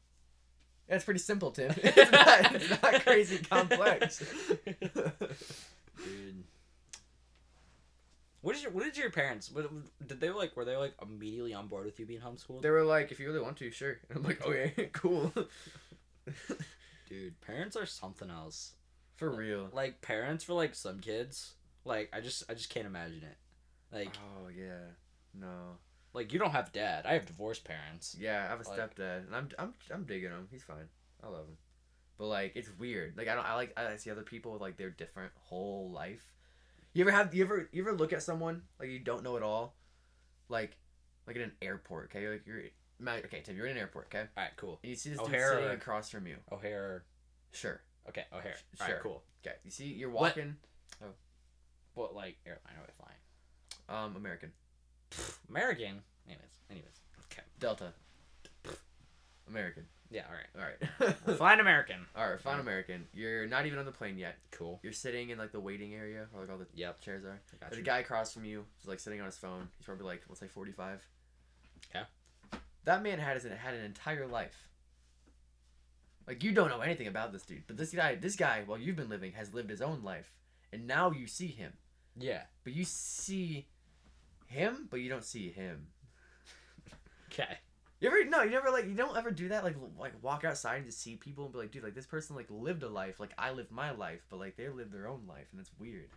Speaker 1: That's pretty simple, Tim. it's, not, it's not crazy complex.
Speaker 2: Dude. What did your What did your parents? What, did they like? Were they like immediately on board with you being homeschooled?
Speaker 1: they were like, if you really want to, sure. And I'm like, okay, cool.
Speaker 2: Dude, parents are something else.
Speaker 1: For real.
Speaker 2: Like parents for like some kids. Like I just I just can't imagine it. Like
Speaker 1: Oh yeah. No.
Speaker 2: like you don't have dad. I have divorced parents.
Speaker 1: Yeah, I have a
Speaker 2: Like-
Speaker 1: stepdad, and I'm I'm I'm digging him. He's fine. I love him. But like, it's weird. Like I don't. I like I see other people with like their different whole life. You ever have you ever you ever look at someone like you don't know at all, like like in an airport. Okay, like you're. ma- Okay, Tim, you're in an airport, okay?
Speaker 2: All right, cool.
Speaker 1: And you see this dude
Speaker 2: O'Hare.
Speaker 1: sitting across from you.
Speaker 2: O'Hare.
Speaker 1: Sure.
Speaker 2: Okay, O'Hare.
Speaker 1: Sh-
Speaker 2: All right,
Speaker 1: sure.
Speaker 2: cool.
Speaker 1: Okay. You see, you're
Speaker 2: What?
Speaker 1: walking.
Speaker 2: What like airline are we flying?
Speaker 1: Um, American
Speaker 2: American. Anyways, anyways. Okay.
Speaker 1: Delta. American.
Speaker 2: Yeah. All right.
Speaker 1: All right.
Speaker 2: We're flying American.
Speaker 1: all right. Fine, American. You're not even on the plane yet.
Speaker 2: Cool.
Speaker 1: You're sitting in like the waiting area, where like all the
Speaker 2: Yep.
Speaker 1: chairs are.
Speaker 2: I got
Speaker 1: There's
Speaker 2: you.
Speaker 1: a guy across from you, who's like sitting on his phone. He's probably like, let's say forty-five.
Speaker 2: Okay.
Speaker 1: That man had his, had an entire life. Like you don't know anything about this dude, but this guy, this guy, while you've been living, has lived his own life, and now you see him.
Speaker 2: Yeah.
Speaker 1: But you see him, but you don't see him.
Speaker 2: Okay.
Speaker 1: You ever no, you never like you don't ever do that like l- like walk outside and just see people and be like, dude, like this person like lived a life, like I lived my life, but like they lived their own life, and it's weird.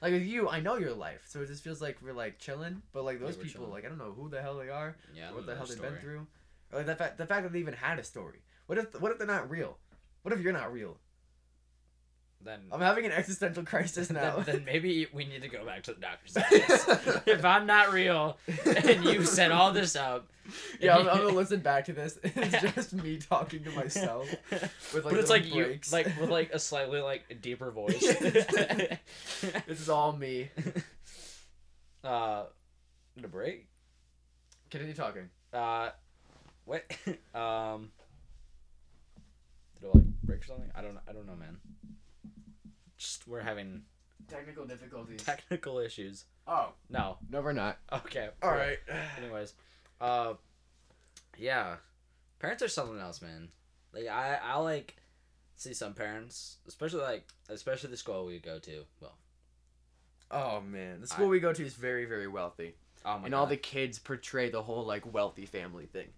Speaker 1: Like with you, I know your life, so it just feels like we're like chilling, but like
Speaker 2: Yeah,
Speaker 1: those
Speaker 2: we're
Speaker 1: people,
Speaker 2: chilling.
Speaker 1: like I don't know who the hell they are,
Speaker 2: Yeah.
Speaker 1: or what the hell they've been through, or like the fact the fact that they even had a story. What if what if they're not real? What if you're not real?
Speaker 2: Then,
Speaker 1: I'm having an existential crisis now.
Speaker 2: Mm. then then maybe we need to go back to the doctor's office. if I'm not real and you set all this up.
Speaker 1: yeah, I'm, I'm gonna listen back to this. It's just me talking to myself. with, like,
Speaker 2: but
Speaker 1: little
Speaker 2: it's like
Speaker 1: breaks.
Speaker 2: you like with like a slightly like deeper voice.
Speaker 1: This is all me.
Speaker 2: uh the break?
Speaker 1: Continue talking.
Speaker 2: Uh what um did it like break or something? I don't I don't know man. Just we're having
Speaker 1: Technical difficulties.
Speaker 2: technical issues.
Speaker 1: oh.
Speaker 2: No.
Speaker 1: No, we're not.
Speaker 2: Okay.
Speaker 1: All
Speaker 2: cool.
Speaker 1: right.
Speaker 2: Anyways, uh, yeah, parents are something else, man. Like I, I like see some parents, especially like especially the school we go to. Well,
Speaker 1: Oh man, the school
Speaker 2: I-
Speaker 1: we go to is very, very wealthy,
Speaker 2: oh my
Speaker 1: and all the kids portray the whole like wealthy family thing,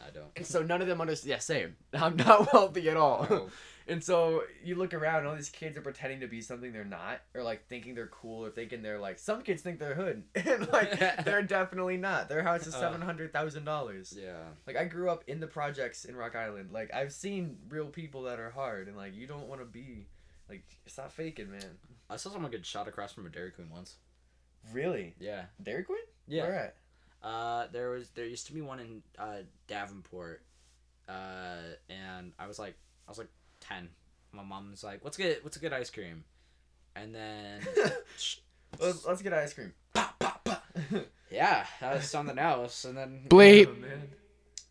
Speaker 2: I don't.
Speaker 1: and so none of them understand. Yeah, same. I'm not wealthy at all,
Speaker 2: No.
Speaker 1: and so you look around, and all these kids are pretending to be something they're not, or like thinking they're cool, or thinking they're like some kids think they're hood, and like they're definitely not. Their house is
Speaker 2: Uh.
Speaker 1: seven hundred thousand dollars.
Speaker 2: Yeah.
Speaker 1: Like I grew up in the projects in Rock Island. Like I've seen real people that are hard, and like you don't want to be Like, stop faking, man.
Speaker 2: I saw someone get shot across from a Dairy Queen once.
Speaker 1: Really?
Speaker 2: Yeah.
Speaker 1: Dairy Queen?
Speaker 2: Yeah.
Speaker 1: All right.
Speaker 2: Uh, there was there used to be one in uh, Davenport, uh, and I was like I was like ten. My mom's like, "What's good? What's a good ice cream?" And then
Speaker 1: let's, let's get ice cream. Pop, pop, pop.
Speaker 2: yeah, that was something else. And then
Speaker 1: Oh, man.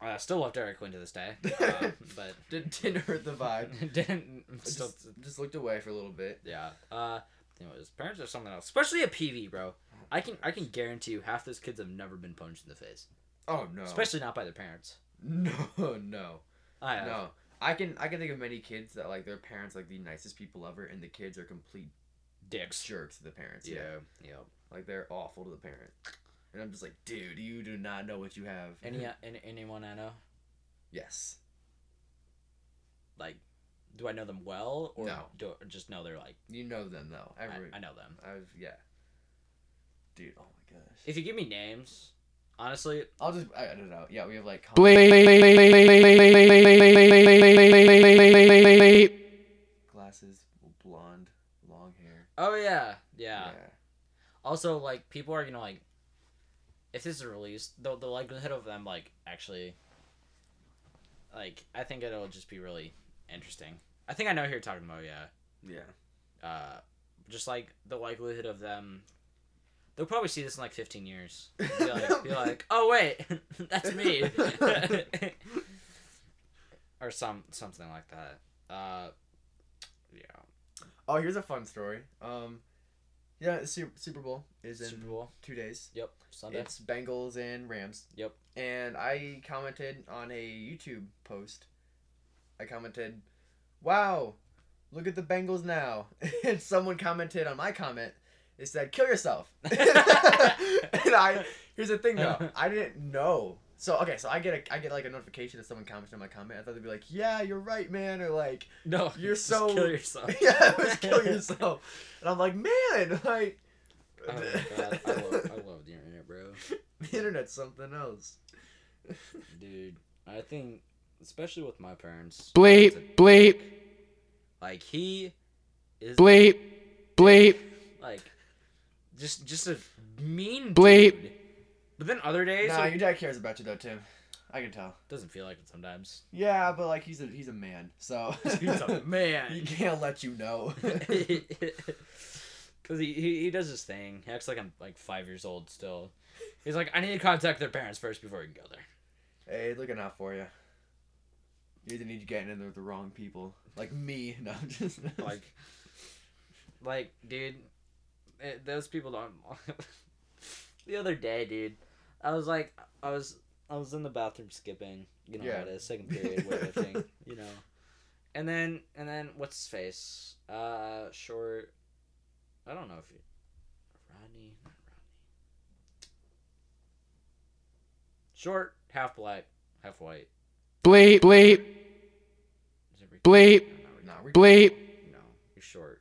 Speaker 2: I still love Dairy Queen to this day, uh, but
Speaker 1: Did, didn't hurt the vibe.
Speaker 2: didn't I'm
Speaker 1: I
Speaker 2: still
Speaker 1: just, just looked away for a little bit.
Speaker 2: yeah. Uh, anyways, parents are something else, especially a PV, bro. I can I can guarantee you half those kids have never been punched in the face,
Speaker 1: Oh no.
Speaker 2: especially not by their parents.
Speaker 1: no, no,
Speaker 2: I have.
Speaker 1: no. I can I can think of many kids that like their parents like the nicest people ever, and the kids are complete
Speaker 2: dicks.
Speaker 1: jerks to the parents.
Speaker 2: Yeah, yeah.
Speaker 1: like they're awful to the parent. And I'm just like, dude, you do not know what you have.
Speaker 2: Any, uh, any anyone I know.
Speaker 1: yes.
Speaker 2: like do I know them well or
Speaker 1: No.
Speaker 2: do or just know they're like
Speaker 1: You know them though.
Speaker 2: I,
Speaker 1: Every
Speaker 2: I know them.
Speaker 1: I've yeah. Dude, oh my gosh.
Speaker 2: If you give me names, honestly,
Speaker 1: I'll just I, I don't know. Yeah, we have like Con-
Speaker 3: Blade.
Speaker 1: glasses, blonde, long hair.
Speaker 2: oh yeah, yeah. Also, like people are gonna like if this is released, the the likelihood of them like actually like I think it'll just be really interesting. I think I know who you're talking about. Yeah,
Speaker 1: Yeah. Yeah.
Speaker 2: uh, just like the likelihood of them. They'll probably see this in like 15 years. Be like, be like oh wait, that's me, or some something like that. Uh, yeah.
Speaker 1: Oh, here's a fun story. Um, yeah, Super, Super Bowl is in
Speaker 2: Super Bowl.
Speaker 1: two days.
Speaker 2: Yep. Sunday.
Speaker 1: It's Bengals and Rams.
Speaker 2: Yep.
Speaker 1: And I commented on a YouTube post. I commented, "Wow, look at the Bengals now!" and someone commented on my comment. They said, "Kill yourself." and I here's the thing though. I didn't know. So okay, so I get a I get like a notification that someone commented on my comment. I thought they'd be like, "Yeah, you're right, man," or like,
Speaker 2: No,
Speaker 1: You're
Speaker 2: just
Speaker 1: so-
Speaker 2: kill yourself.
Speaker 1: yeah, it was kill yourself. And I'm like, man, like.
Speaker 2: oh my god, I love, I love the internet, bro.
Speaker 1: the internet's something else.
Speaker 2: Dude, I think especially with my parents,
Speaker 3: Blade.
Speaker 2: like he is
Speaker 3: Blade. Blade.
Speaker 2: like just just a mean
Speaker 3: Bleep.
Speaker 2: dude. But then other days,
Speaker 1: Nah,
Speaker 2: like,
Speaker 1: your dad cares about you though, Tim. I can tell.
Speaker 2: doesn't feel like it sometimes.
Speaker 1: Yeah, but like he's a he's a man, so
Speaker 2: He's a
Speaker 1: he
Speaker 2: man.
Speaker 1: can't let you know.
Speaker 2: Cause he, he, he does his thing. He acts like I'm like five years old still. He's like, I need to contact their parents first before we can go there.
Speaker 1: hey, looking out for you. You either need to get in there with the wrong people, like me. No, I'm just
Speaker 2: Like, like, dude, it, those people don't. the other day, dude, I was like, I was I was in the bathroom skipping, you know,
Speaker 1: Yeah.
Speaker 2: at a second period weightlifting, you know, and then and then what's his face? Uh, short. I don't know if you, Rodney, not Rodney. Short, half black, half white.
Speaker 3: Blade. Blade.
Speaker 2: Is it Ricky?
Speaker 3: Blade.
Speaker 2: No,
Speaker 1: nah,
Speaker 2: not Ricky.
Speaker 1: we
Speaker 3: Blade.
Speaker 2: No, he's short.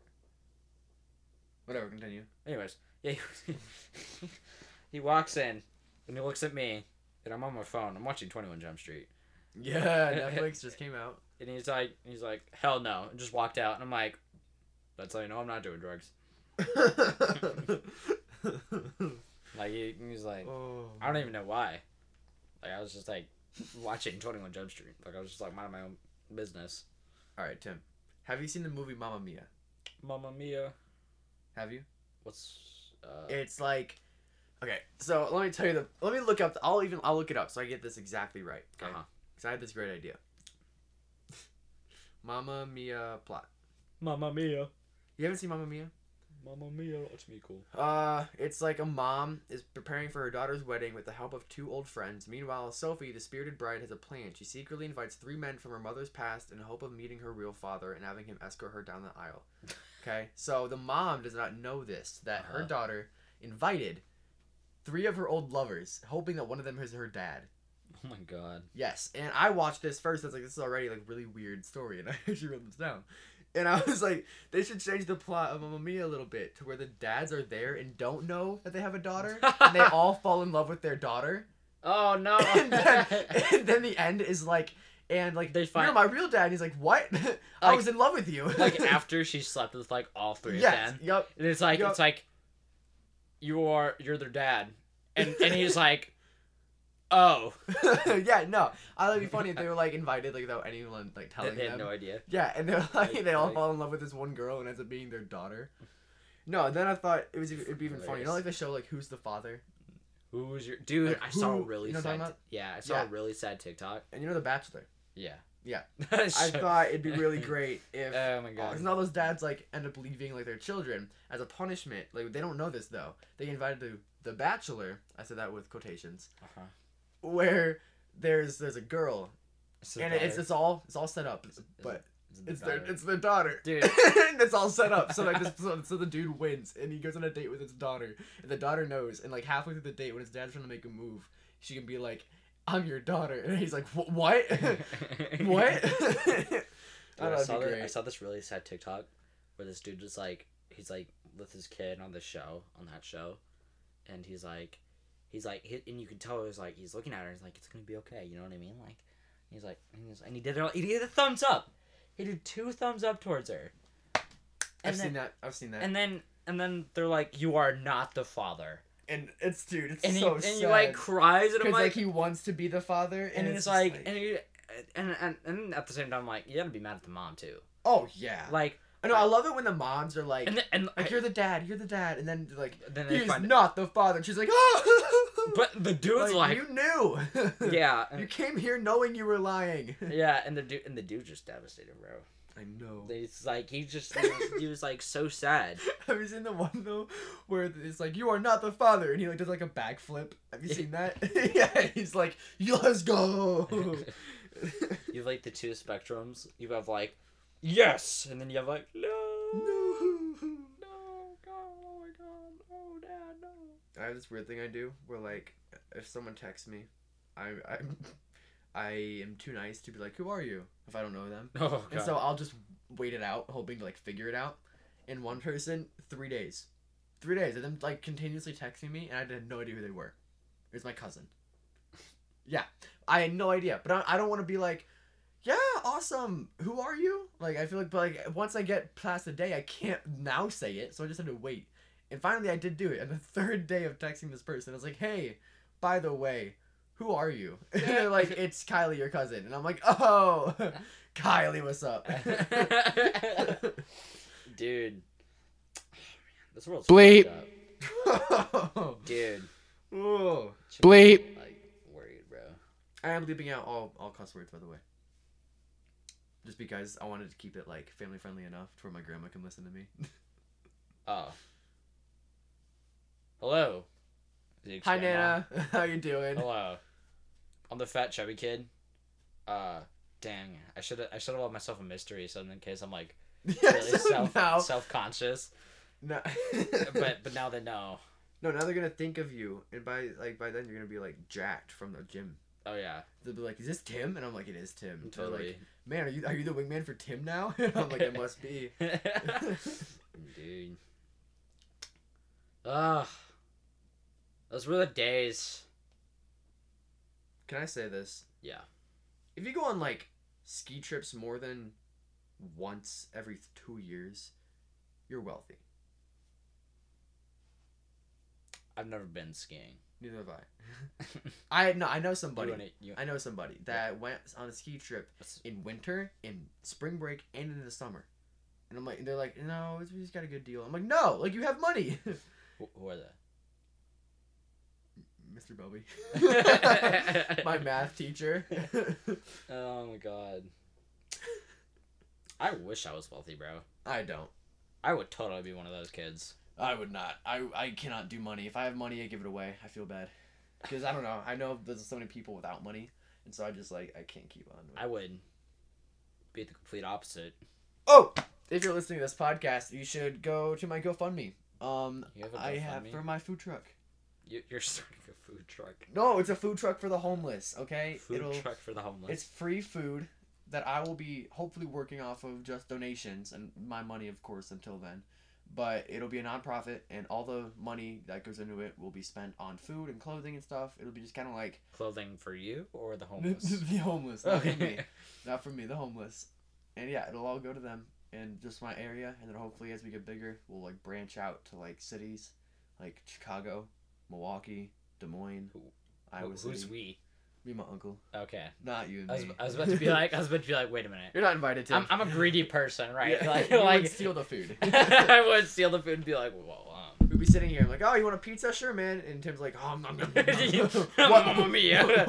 Speaker 1: whatever. Continue.
Speaker 2: Anyways, yeah, he, he walks in and he looks at me, and I'm on my phone. I'm watching Twenty One Jump Street,
Speaker 1: Yeah, Netflix just came out.
Speaker 2: and he's like, he's like, hell no, and just walked out. And I'm like, that's how you know I'm not doing drugs. Like he, he's like,
Speaker 1: oh.
Speaker 2: I don't even know why. Like I was just like watching Twenty One Jump Street. Like I was just like minding my own business.
Speaker 1: All right, Tim. Have you seen the movie Mamma Mia?
Speaker 2: Mamma Mia,
Speaker 1: Have you?
Speaker 2: what's uh,
Speaker 1: It's like, okay. So let me tell you the. Let me look up. The, I'll even. I'll look it up so I get this exactly right. Okay.
Speaker 2: uh-huh.
Speaker 1: Because I had this great idea. Mama Mia plot.
Speaker 2: Mamma Mia,
Speaker 1: You haven't seen Mamma Mia?
Speaker 2: Mamma Mia, watch me cool.
Speaker 1: Uh, it's like a mom is preparing for her daughter's wedding with the help of two old friends. Meanwhile, Sophie, the spirited bride, has a plan. She secretly invites three men from her mother's past in hope of meeting her real father and having him escort her down the aisle. Okay, so the mom does not know this that her
Speaker 2: Uh-huh.
Speaker 1: daughter invited three of her old lovers, hoping that one of them is her dad.
Speaker 2: Oh my god.
Speaker 1: Yes, and I watched this first. I was like, this is already like really weird story, and I actually wrote this down. And I was like, they should change the plot of Mamma Mia a little bit to where the dads are there and don't know that they have a daughter, and they all fall in love with their daughter.
Speaker 2: Oh no.
Speaker 1: And then, and then the end is like and like
Speaker 2: They find-
Speaker 1: you're my real dad. And he's like, what? I
Speaker 2: Like-
Speaker 1: was in love with you.
Speaker 2: like after she slept with like all three
Speaker 1: yes,
Speaker 2: of them,
Speaker 1: yep.
Speaker 2: and it's like
Speaker 1: Yup.
Speaker 2: it's like you are you're their dad, and and he's like, oh,
Speaker 1: yeah, no. I thought it'd be funny if they were like invited, like without anyone like
Speaker 2: they,
Speaker 1: telling
Speaker 2: they had
Speaker 1: them.
Speaker 2: no idea.
Speaker 1: Yeah, and they're like,
Speaker 2: Like,
Speaker 1: they all
Speaker 2: like-
Speaker 1: fall in love with this one girl and ends up being their daughter. No, and then I thought it was it'd be even funny. You know, like the show, like Who's the Father,
Speaker 2: Who was your dude?
Speaker 1: Like,
Speaker 2: I saw a
Speaker 1: who-
Speaker 2: really
Speaker 1: you know what I'm
Speaker 2: sad.
Speaker 1: talking
Speaker 2: t- yeah, I saw a
Speaker 1: Yeah.
Speaker 2: really sad TikTok.
Speaker 1: and you know The Bachelor.
Speaker 2: Yeah.
Speaker 1: Yeah.
Speaker 2: I
Speaker 1: I thought it'd be really great if
Speaker 2: Oh my
Speaker 1: because
Speaker 2: god.
Speaker 1: now those dads like end up leaving like their children as a punishment. Like they don't know this though. They get invited to The Bachelor. I said that with quotations.
Speaker 2: Uh-huh.
Speaker 1: Where there's there's a girl
Speaker 2: It's the
Speaker 1: and it's
Speaker 2: daughter.
Speaker 1: it's all it's all set up,
Speaker 2: It's- it's-
Speaker 1: but
Speaker 2: the
Speaker 1: it's their
Speaker 2: daughter.
Speaker 1: it's their daughter.
Speaker 2: Dude.
Speaker 1: and it's all set up. So like this, so, so the dude wins and he goes on a date with his daughter and the daughter knows and like halfway through the date when his dad's trying to make a move, she can be like, "I'm your daughter," and he's like, "Wh- "What? what?" Oh,
Speaker 2: Dude, I,
Speaker 1: that'd
Speaker 2: saw
Speaker 1: be
Speaker 2: the- I
Speaker 1: great.
Speaker 2: saw this really sad TikTok where this dude was like, he's like with his kid on the show, on that show, and he's like, he's like, he, and you can tell it was like he's looking at her. He's like, it's gonna be okay. You know what I mean? Like, he's like, and, he's, and he did it. All, he did a thumbs up. He did two thumbs up towards her.
Speaker 1: I've
Speaker 2: And
Speaker 1: seen
Speaker 2: then,
Speaker 1: that. I've seen that. And,
Speaker 2: and then and then they're like, you are not the father.
Speaker 1: it's dude, it's
Speaker 2: And he
Speaker 1: so
Speaker 2: and
Speaker 1: sad.
Speaker 2: he like cries and I'm
Speaker 1: because like,
Speaker 2: like,
Speaker 1: he wants to be the father, and,
Speaker 2: and
Speaker 1: it's just
Speaker 2: he's like, and he. And, and and at the same time, like you gotta be mad at the mom too.
Speaker 1: oh yeah.
Speaker 2: Like
Speaker 1: I know. I love it when the moms are like,
Speaker 2: and the- and
Speaker 1: like you're the dad, you're the dad, and then like
Speaker 2: then they
Speaker 1: he's
Speaker 2: find
Speaker 1: not the father. And she's like, oh,
Speaker 2: But the dude's like,
Speaker 1: you knew.
Speaker 2: yeah,
Speaker 1: You
Speaker 2: and,
Speaker 1: came here knowing you were lying.
Speaker 2: yeah, and the dude and the dude just devastated, bro.
Speaker 1: I know.
Speaker 2: It's like he just he was, he was, like so sad.
Speaker 1: Have you seen the one though where it's like you are not the father and he like does like a backflip? Have you
Speaker 2: Yeah.
Speaker 1: seen that? yeah, he's like, let's go.
Speaker 2: You have like the two spectrums. You have like yes, and then you have like no,
Speaker 1: no.
Speaker 2: no, God, oh my God, oh dad, no.
Speaker 1: I have this weird thing I do where like if someone texts me, I I I am too nice to be like, who are you? If I don't know them,
Speaker 2: Oh
Speaker 1: and so I'll just wait it out, hoping to like figure it out. And one person, three days, three days, and then like continuously texting me, and I had no idea who they were. It was my cousin. Yeah, I had no idea, but I, I don't want to be like, yeah, awesome. Who are you? Like I feel like, but like once I get past the day, I can't now say it, so I just had to wait. And finally, I did do it. And the third day of texting this person, I was like, hey, by the way, who are you? And they're like, it's Kylie, your cousin. And I'm like, oh, Kylie, what's up?
Speaker 2: dude, this world's
Speaker 3: Bleep.
Speaker 2: fucked up.
Speaker 1: Whoa.
Speaker 2: dude.
Speaker 3: bleep.
Speaker 2: Like worried, bro.
Speaker 1: I am bleeping out all, all cuss words, by the way. Just because I wanted to keep it like family friendly enough to where my grandma can listen to me.
Speaker 2: Oh, hello. Zeke's
Speaker 1: Hi
Speaker 2: grandma.
Speaker 1: Nana, how you doing?
Speaker 2: Hello. I'm the fat chubby kid. Uh dang. I should I should have left myself a mystery so in case I'm like really
Speaker 1: Yeah, so
Speaker 2: self
Speaker 1: now,
Speaker 2: self conscious.
Speaker 1: no,
Speaker 2: But but now they know.
Speaker 1: no, now they're gonna think of you, and by like by then you're gonna be like jacked from the gym.
Speaker 2: Oh yeah.
Speaker 1: They'll be like, "Is this Tim?" And I'm like, "It is Tim." They're
Speaker 2: Totally.
Speaker 1: like, man, are you are you the wingman for Tim now? And I'm like, "It must be."
Speaker 2: Dude. Ugh. Those were the days.
Speaker 1: Can I say this?
Speaker 2: Yeah.
Speaker 1: If you go on like ski trips more than once every two years, you're wealthy.
Speaker 2: I've never been skiing.
Speaker 1: Neither have I. I no, I know somebody.
Speaker 2: You wanna- you-
Speaker 1: I know somebody that went on a ski trip
Speaker 2: That's-
Speaker 1: in winter, in spring break, and in the summer. And I'm like, they're like, no, it's, we just got a good deal. I'm like, no, like you have money,
Speaker 2: who, who are they?
Speaker 1: Mr. Bowie, my math teacher.
Speaker 2: Oh my god. I wish I was wealthy, bro.
Speaker 1: I don't.
Speaker 2: I would totally be one of those kids.
Speaker 1: I would not. I I cannot do money. If I have money, I give it away. I feel bad because I don't know. I know there's so many people without money, and so I just like I can't keep on.
Speaker 2: I would be the complete opposite.
Speaker 1: oh, if you're listening to this podcast, you should go to my GoFundMe. Um,
Speaker 2: You have a
Speaker 1: I
Speaker 2: GoFundMe?
Speaker 1: have for my food truck.
Speaker 2: You- You're starting a food truck.
Speaker 1: No, it's a food truck for the homeless. Okay,
Speaker 2: Food
Speaker 1: it'll
Speaker 2: truck for the homeless.
Speaker 1: it's free food that I will be hopefully working off of just donations and my money, of course, until then. but it'll be a nonprofit, and all the money that goes into it will be spent on food and clothing and stuff. It'll be just kind of like
Speaker 2: Clothing for you or the homeless?
Speaker 1: the homeless, not for me,
Speaker 2: Okay.
Speaker 1: not for me, the homeless, and yeah, it'll all go to them and just my area, and then hopefully as we get bigger, we'll like branch out to like cities, like Chicago, Milwaukee, Des Moines,
Speaker 2: Who-
Speaker 1: Iowa
Speaker 2: Who- Who's
Speaker 1: City.
Speaker 2: we?
Speaker 1: Me, and my uncle,
Speaker 2: Okay.
Speaker 1: not you. And
Speaker 2: I was,
Speaker 1: me.
Speaker 2: I was about to be like, I was about to be like, wait a minute.
Speaker 1: you're not invited to.
Speaker 2: I'm, I'm a greedy person, right?
Speaker 1: Yeah,
Speaker 2: Like,
Speaker 1: you would
Speaker 2: like
Speaker 1: steal the food.
Speaker 2: I would steal the food and be like, well, um,
Speaker 1: We'd be sitting here, I'm like, oh, you want a pizza? Sure, man. And Tim's like, oh, nom, nom, nom, nom.
Speaker 2: What um, Mamma mia.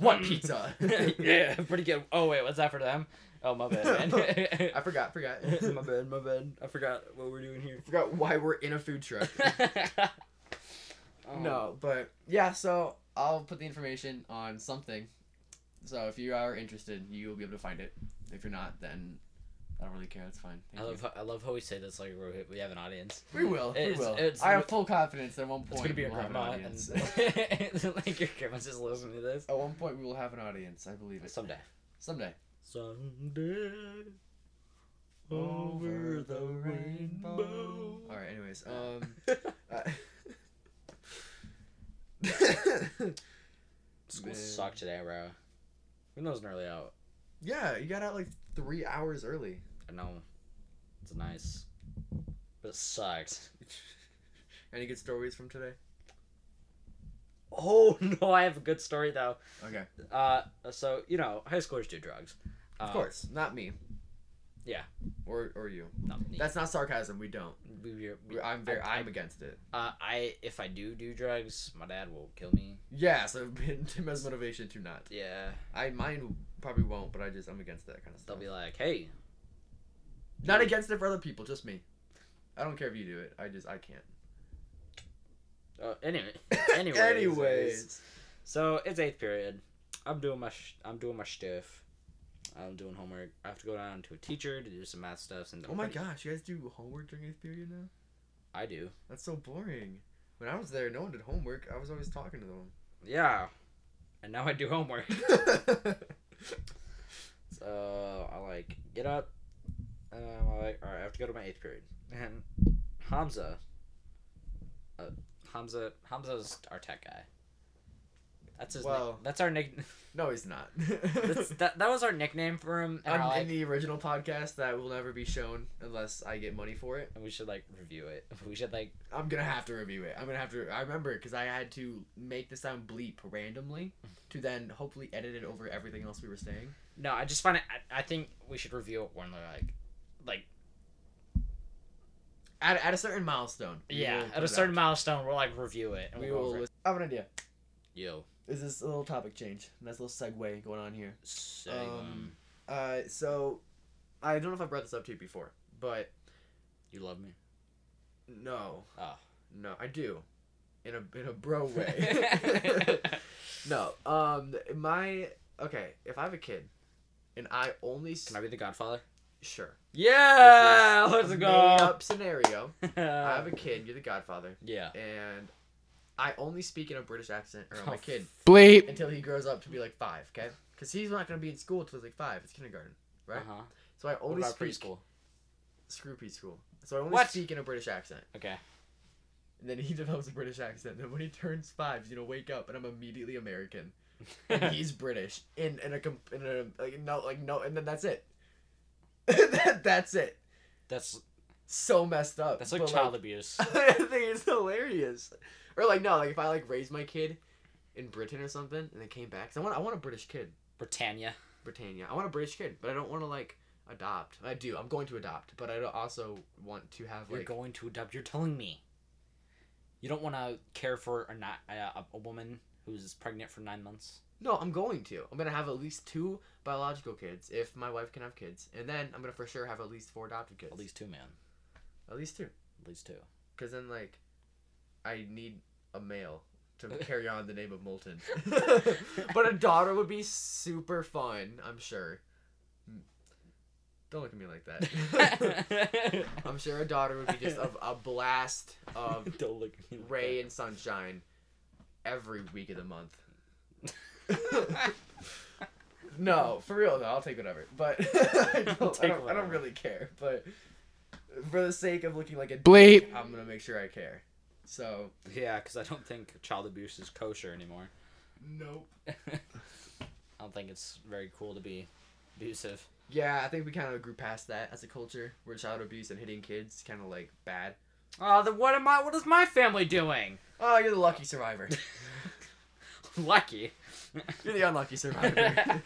Speaker 1: what pizza?
Speaker 2: yeah, pretty good. Oh wait, what's that for them? Oh my bad, man.
Speaker 1: I forgot, forgot.
Speaker 2: my bad, my bad. I forgot what we're doing here.
Speaker 1: forgot why we're in a food truck.
Speaker 2: Oh.
Speaker 1: no, but yeah, so I'll put the information on something. So if you are interested, you will be able to find it. If you're not, then I don't really care. That's fine.
Speaker 2: I
Speaker 1: Thank you.
Speaker 2: love how, I love how we say this like we're, we have an audience.
Speaker 1: we will.
Speaker 2: It's-
Speaker 1: we will.
Speaker 2: it's-
Speaker 1: I have full confidence. that At one point,
Speaker 2: It's gonna be your
Speaker 1: we'll have an
Speaker 2: grandma,
Speaker 1: audience.
Speaker 2: and like your grandma's just listening to this
Speaker 1: At one point, we will have an audience. I believe it.
Speaker 2: someday.
Speaker 1: Someday.
Speaker 2: Someday,
Speaker 1: All right. Anyways,
Speaker 2: Yeah.
Speaker 1: um, uh,
Speaker 2: School
Speaker 1: Man.
Speaker 2: sucked today, bro. Even though it was an early out,
Speaker 1: yeah, you got out like three hours early.
Speaker 2: I know it's nice, but it sucked.
Speaker 1: Any good stories from today?
Speaker 2: Oh no, I have a good story though.
Speaker 1: Okay, of
Speaker 2: Uh, so you know, high schoolers do drugs. Uh,
Speaker 1: course, not me.
Speaker 2: yeah.
Speaker 1: Or or you.
Speaker 2: Not me.
Speaker 1: That's not sarcasm. We don't.
Speaker 2: we, we,
Speaker 1: We- I'm very.
Speaker 2: I,
Speaker 1: I, am against it.
Speaker 2: uh, I if I do do drugs, my dad will kill me.
Speaker 1: Yeah. So Tim has motivation to not.
Speaker 2: Yeah,
Speaker 1: I mine probably won't, but I just I'm against that kind of
Speaker 2: they'll
Speaker 1: stuff.
Speaker 2: be like, "Hey,
Speaker 1: Not against it for other people, just me. I don't care if you do it. I just I can't.
Speaker 2: uh, anyway, anyways,
Speaker 1: Anyways.
Speaker 2: So it's eighth period. I'm doing my sh- I'm doing my stiff. I'm doing homework. I have to go down to a teacher to do some math stuff. And
Speaker 1: Oh my gosh, you guys do homework during eighth period now?
Speaker 2: I do.
Speaker 1: That's so boring. When I was there, no one did homework. I was always talking to
Speaker 2: Yeah, and now I do homework.
Speaker 1: them.
Speaker 2: So I like get up, and I'm like, all right, I have to go to my eighth period. And Hamza, uh, Hamza, Hamza's our tech guy. That's his.
Speaker 1: Well-
Speaker 2: nick- that's our nick.
Speaker 1: no, he's not.
Speaker 2: That's, that that was our nickname for him. And,
Speaker 1: Um,
Speaker 2: our, like,
Speaker 1: in the original podcast, that will never be shown unless I get money for it.
Speaker 2: and we should like review it. We should like
Speaker 1: I'm gonna have to review it. I'm gonna have to. I remember because I had to make the sound bleep randomly to then hopefully edit it over everything else we were saying.
Speaker 2: no. I just find it. I, I think we should review it when we're like, like
Speaker 1: At, at a certain milestone. we
Speaker 2: yeah,
Speaker 1: will put
Speaker 2: at
Speaker 1: it
Speaker 2: a
Speaker 1: up.
Speaker 2: certain milestone, we'll like review it and
Speaker 1: We
Speaker 2: we'll. go
Speaker 1: will.
Speaker 2: over it.
Speaker 1: list- I have an idea.
Speaker 2: Yo.
Speaker 1: Is this a little topic change? Nice little segue going on here.
Speaker 2: Say, um,
Speaker 1: Um, Uh, so I don't know if I brought this up to you before, but
Speaker 2: you love me.
Speaker 1: no,
Speaker 2: Oh.
Speaker 1: no, I do, in a in a bro way. No. Um. My okay. If I have a kid, and I only s-
Speaker 2: Can I be the Godfather?
Speaker 1: sure
Speaker 2: Yeah,
Speaker 1: This
Speaker 2: let's
Speaker 1: is a
Speaker 2: go. Uh.
Speaker 1: made-up scenario. I have a kid. You're the Godfather,
Speaker 2: yeah.
Speaker 1: and I only speak in a British accent around my
Speaker 2: Oh,
Speaker 1: kid
Speaker 3: Bleep.
Speaker 1: until he grows up to be like five. Okay. Because he's not gonna be in school till he's like five. It's kindergarten, right?
Speaker 2: Uh-huh.
Speaker 1: So I
Speaker 2: What
Speaker 1: only
Speaker 2: about
Speaker 1: speak
Speaker 2: preschool?
Speaker 1: screw pea school. So I only
Speaker 2: What?
Speaker 1: speak in a British accent.
Speaker 2: Okay.
Speaker 1: And then he develops a British accent. Then when he turns five, he's gonna wake up, and I'm immediately American. and he's British in in a com- in a like no like no and then that's it. that, that's it.
Speaker 2: that's
Speaker 1: So messed up.
Speaker 2: that's like
Speaker 1: but,
Speaker 2: child abuse.
Speaker 1: I think it's hilarious. Or like no like if I like raised my kid in Britain or something and they came back 'cause I want I want a British kid
Speaker 2: Britannia.
Speaker 1: Britannia I want a British kid but I don't want to like adopt I do I'm going to adopt but I don't- also want to have
Speaker 2: You're
Speaker 1: like
Speaker 2: going to adopt. You're telling me. You don't want to care for a not uh, a, a woman who's pregnant for nine months.
Speaker 1: no I'm going to I'm gonna have at least two biological kids if my wife can have kids and then I'm gonna for sure have at least four adopted kids
Speaker 2: At least two, man.
Speaker 1: at least two.
Speaker 2: At least two.
Speaker 1: Because then, like, I need a male to carry on the name of Moulton. but a daughter would be super fun, I'm sure. Don't look at me like that. I'm sure a daughter would be just a, a blast of
Speaker 2: don't look at me. like
Speaker 1: ray and sunshine every week of the month.
Speaker 2: that.
Speaker 1: No, for real though, I'll take whatever. But I don't, I
Speaker 2: Take
Speaker 1: don't, I
Speaker 2: whatever.
Speaker 1: don't really care. But for the sake of looking like a
Speaker 3: Bleep.
Speaker 1: dick, I'm gonna make sure I care. So
Speaker 2: Yeah, because I don't think child abuse is kosher anymore.
Speaker 1: nope.
Speaker 2: I don't think it's very cool to be abusive.
Speaker 1: Yeah, I think we kind of grew past that as a culture, where child abuse and hitting kids kind of like bad.
Speaker 2: Oh, then what am I? What is my family doing?
Speaker 1: Oh, you're the lucky survivor.
Speaker 2: Lucky. Uh,
Speaker 1: You're the unlucky survivor.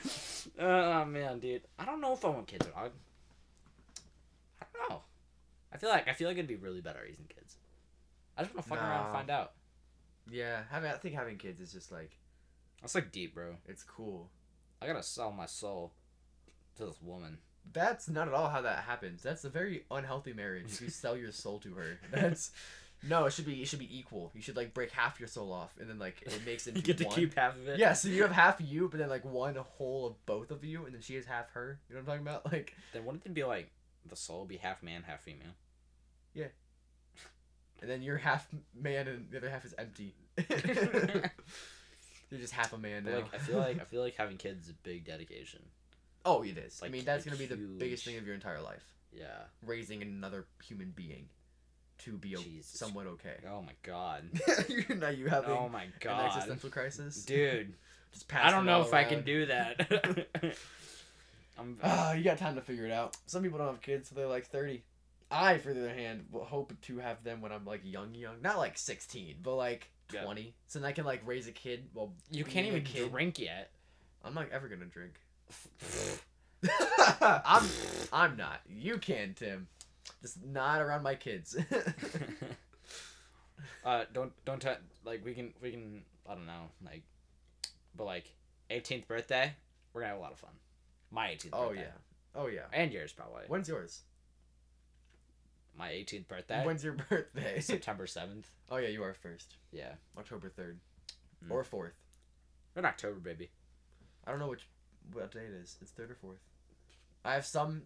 Speaker 2: oh man, dude. I don't know if I want kids or not. I don't know. I feel like I feel like it'd be really bad at raising kids. I just want to fuck around
Speaker 1: Nah.
Speaker 2: and find out.
Speaker 1: yeah, having I think having kids is just like
Speaker 2: That's like deep, bro.
Speaker 1: it's cool.
Speaker 2: I gotta sell my soul to this woman.
Speaker 1: That's not at all how that happens. That's a very unhealthy marriage. If you sell your soul to her, that's no. It should be it should be equal. You should like break half your soul off, and then like it makes it.
Speaker 2: you get to
Speaker 1: one.
Speaker 2: keep half of it.
Speaker 1: Yeah, so you have half you, but then like one whole of both of you, and then she has half her. You know what I'm talking about? Like,
Speaker 2: Then wouldn't it be like the soul be half man, half female?
Speaker 1: and then you're half man, and the other half is empty. you're just half a man
Speaker 2: But
Speaker 1: now.
Speaker 2: like I feel like I feel like having kids is a big dedication.
Speaker 1: oh, it is.
Speaker 2: like,
Speaker 1: I mean, that's
Speaker 2: like,
Speaker 1: gonna be the biggest
Speaker 2: huge.
Speaker 1: thing of your entire life:
Speaker 2: Yeah.
Speaker 1: raising another human being to be o-
Speaker 2: Jesus.
Speaker 1: somewhat okay.
Speaker 2: Oh my god.
Speaker 1: You're- now you have
Speaker 2: Oh my
Speaker 1: an
Speaker 2: god.
Speaker 1: existential crisis.
Speaker 2: Dude,
Speaker 1: Just
Speaker 2: I
Speaker 1: pass
Speaker 2: don't
Speaker 1: it
Speaker 2: know
Speaker 1: all
Speaker 2: if I can
Speaker 1: around.
Speaker 2: do that. I'm
Speaker 1: Ah, you got time to figure it out. Some people don't have kids, so they're like thirty. I, for the other hand, will hope to have them when I'm like young, young, not like sixteen, but like
Speaker 2: Yeah.
Speaker 1: twenty. So then I can like raise a kid. Well,
Speaker 2: you can't
Speaker 1: being a
Speaker 2: even
Speaker 1: kid.
Speaker 2: drink yet.
Speaker 1: I'm not ever gonna drink. I'm, I'm not. You can, Tim. Just not around my kids.
Speaker 2: uh don't don't t- like we can we can I don't know, like but like 18th birthday, we're going to have a lot of fun. My 18th
Speaker 1: oh
Speaker 2: birthday.
Speaker 1: yeah, oh yeah.
Speaker 2: And yours probably.
Speaker 1: When's yours?
Speaker 2: My 18th birthday.
Speaker 1: When's your birthday?
Speaker 2: September 7th.
Speaker 1: oh yeah, you are first.
Speaker 2: Yeah.
Speaker 1: October third
Speaker 2: Mm.
Speaker 1: or fourth.
Speaker 2: In October, baby.
Speaker 1: I don't know which what day it is. It's third or fourth. I have some.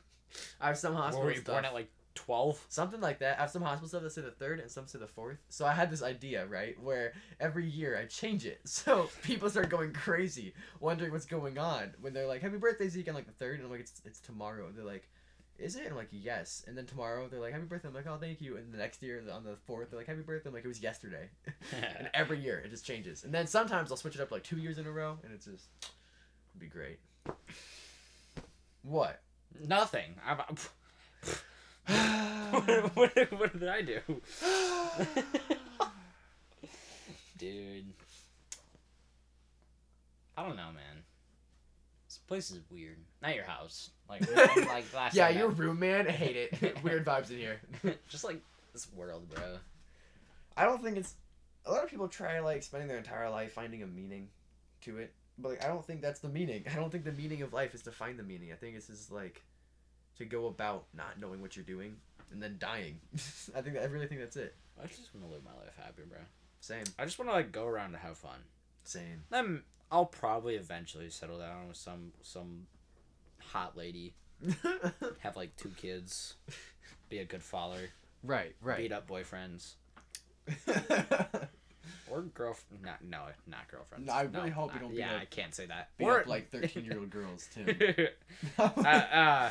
Speaker 1: I have some hospital
Speaker 2: Were you
Speaker 1: stuff.
Speaker 2: born at like 12?
Speaker 1: Something like that. I have some hospital stuff that say the third and some say the fourth. So I had this idea, right, where every year I change it. So people start going crazy, wondering what's going on. When they're like, "Happy birthday, Zeke!" on like the third, and I'm like, "It's it's tomorrow." And they're like, "Is it?" And I'm like, "Yes." And then tomorrow they're like, "Happy birthday!" I'm like, "Oh, thank you." And the next year on the fourth, they're like, "Happy birthday!" I'm like, "It was yesterday." and every year it just changes. And then sometimes I'll switch it up like two years in a row, and it's just it'd be great. What?
Speaker 2: Nothing. I'm, what, what, what did I do? Dude. I don't know, man. This place is weird. Not your house. Like, we- like last
Speaker 1: yeah,
Speaker 2: time
Speaker 1: your room man, I hate it. Weird vibes in here.
Speaker 2: that- Just like this world, bro.
Speaker 1: I don't think it's a lot of people try like spending their entire life finding a meaning to it, but like I don't think that's the meaning. I don't think the meaning of life is to find the meaning. I think it's just like to go about not knowing what you're doing and then dying. I think I really think that's it.
Speaker 2: I just want to live my life happy, bro.
Speaker 1: Same,
Speaker 2: I just want to like go around and have fun.
Speaker 1: same.
Speaker 2: Then I'll probably eventually settle down with some some hot lady, have like two kids, be a good father,
Speaker 1: right,
Speaker 2: beat up boyfriends or girlfriend. No, no, not girlfriends.
Speaker 1: No, I really hope you
Speaker 2: not-
Speaker 1: don't beat
Speaker 2: Yeah,
Speaker 1: up-
Speaker 2: I can't say that.
Speaker 1: Beat
Speaker 2: Or-
Speaker 1: up like thirteen year old girls too.
Speaker 2: uh,
Speaker 1: Oh.
Speaker 2: uh,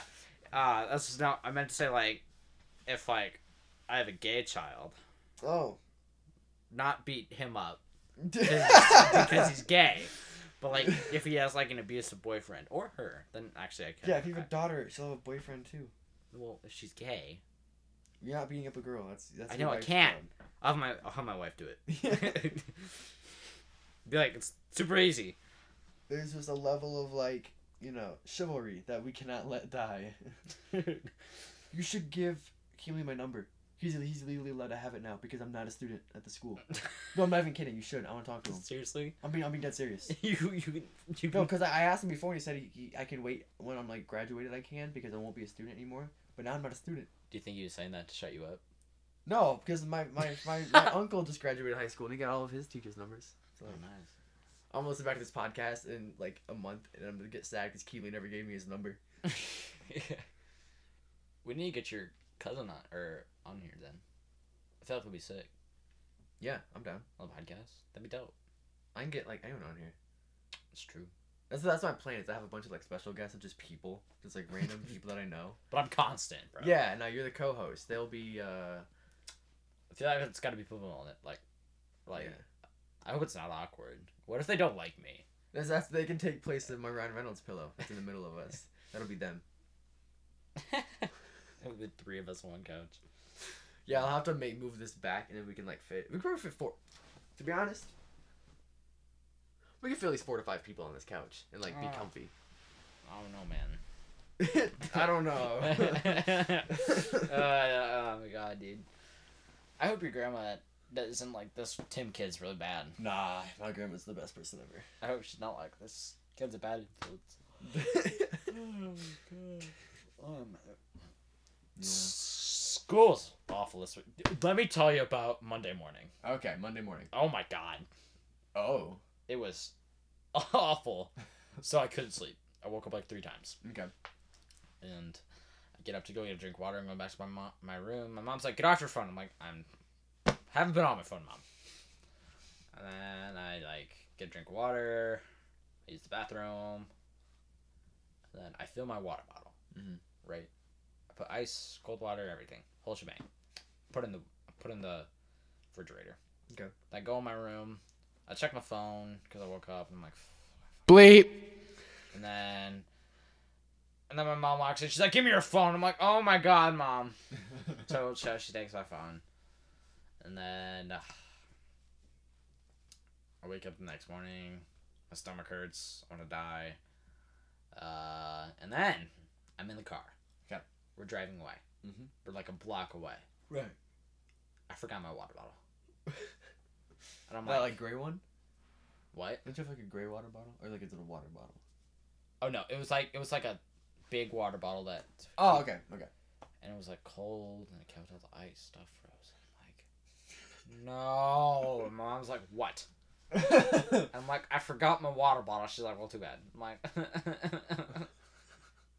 Speaker 2: uh, that's just not. I meant to say like, if like, I have a gay child,
Speaker 1: oh.
Speaker 2: not beat him up because, because he's gay. But like, if he has like an abusive boyfriend or her, then actually I can.
Speaker 1: yeah, if you have
Speaker 2: I-
Speaker 1: a daughter, she'll have a boyfriend too.
Speaker 2: well, if she's gay,
Speaker 1: You're not beating up a girl. That's that's.
Speaker 2: I
Speaker 1: your
Speaker 2: know, I
Speaker 1: wife's
Speaker 2: can't. I'll have my I'll have my wife do
Speaker 1: job.
Speaker 2: it. Be like, it's super easy.
Speaker 1: There's just a level of like you know chivalry that we cannot let die. You should give Keely my number. He's he's legally allowed to have it now because I'm not a student at the school. No, I'm not even kidding. You should. I want to talk to him.
Speaker 2: Seriously,
Speaker 1: I'm being I'm being dead serious.
Speaker 2: you you can-
Speaker 1: No,
Speaker 2: you can
Speaker 1: because I, I asked him before and he said he, he, I can wait when I'm like graduated. I can because I won't be a student anymore. But now I'm not a student.
Speaker 2: Do you think he was saying that to shut you up?
Speaker 1: No, because my my, my, my uncle just graduated high school and he got all of his teachers' numbers. So
Speaker 2: nice.
Speaker 1: I'm gonna listen back to this podcast in like a month and I'm gonna get sad because Keely never gave me his number.
Speaker 2: We need to get your cousin on or on here then. I feel like it'd be sick.
Speaker 1: Yeah, I'm down.
Speaker 2: On the podcast, that'd be dope.
Speaker 1: I can get like anyone on here.
Speaker 2: It's true.
Speaker 1: That's that's my plan. Is I have a bunch of like special guests of just people, just like random people that I know.
Speaker 2: But I'm constant, bro.
Speaker 1: Yeah. Now you're the co-host. They'll be. uh
Speaker 2: I feel like it's got to be people on it. Like, like
Speaker 1: yeah.
Speaker 2: I hope it's not awkward. What if they don't like me?
Speaker 1: That's, that's they can take place of my Ryan Reynolds pillow. That's in the middle of us. That'll be them.
Speaker 2: the three of us on one couch.
Speaker 1: Yeah, I'll have to make move this back, and then we can like fit. We can probably fit four. To be honest, we can fit at least four to five people on this couch and like be
Speaker 2: Ah.
Speaker 1: comfy.
Speaker 2: I don't know, man.
Speaker 1: I don't know.
Speaker 2: uh, oh my god, dude. I hope your grandma that isn't like this Tim kid's really bad.
Speaker 1: nah, my grandma's the best person ever.
Speaker 2: I hope she's not like this kid's a bad influence. Um, School's awful this week. Let me tell you about Monday morning.
Speaker 1: Okay, Monday morning.
Speaker 2: Oh my god,
Speaker 1: Oh.
Speaker 2: it was awful. So I couldn't sleep. I woke up like three times.
Speaker 1: Okay.
Speaker 2: and I get up to go get a drink of water and go back to my mom, my room. My mom's like, "Get off your phone." I'm like, "I'm haven't been on my phone, mom." And then I like get a drink of water, I use the bathroom, and then I fill my water bottle.
Speaker 1: Mhm.
Speaker 2: Right, I put ice, cold water, everything, whole shebang. Put in the put in the refrigerator.
Speaker 1: Okay.
Speaker 2: I go in my room. I check my phone because I woke up. and I'm like,
Speaker 3: Bleep.
Speaker 2: and then and then my mom walks in. She's like, "Give me your phone." I'm like, "Oh my god, mom!" So she, she takes my phone, and then uh, I wake up the next morning. My stomach hurts. I want to die. Uh, and then I'm in the car.
Speaker 1: Okay.
Speaker 2: We're driving away.
Speaker 1: Mhm.
Speaker 2: We're like a block away.
Speaker 1: Right.
Speaker 2: I forgot my water bottle. And I'm
Speaker 1: That
Speaker 2: like,
Speaker 1: like gray one?
Speaker 2: "What?"
Speaker 1: Don't you have like a gray water bottle or like a little water bottle?
Speaker 2: Oh no! It was like it was like a big water bottle that
Speaker 1: Oh, okay, okay.
Speaker 2: and it was like cold and it kept all the ice stuff frozen. I'm like, no. And Mom's like, what? I'm like, I forgot my water bottle. She's like, well, too bad. I'm like, and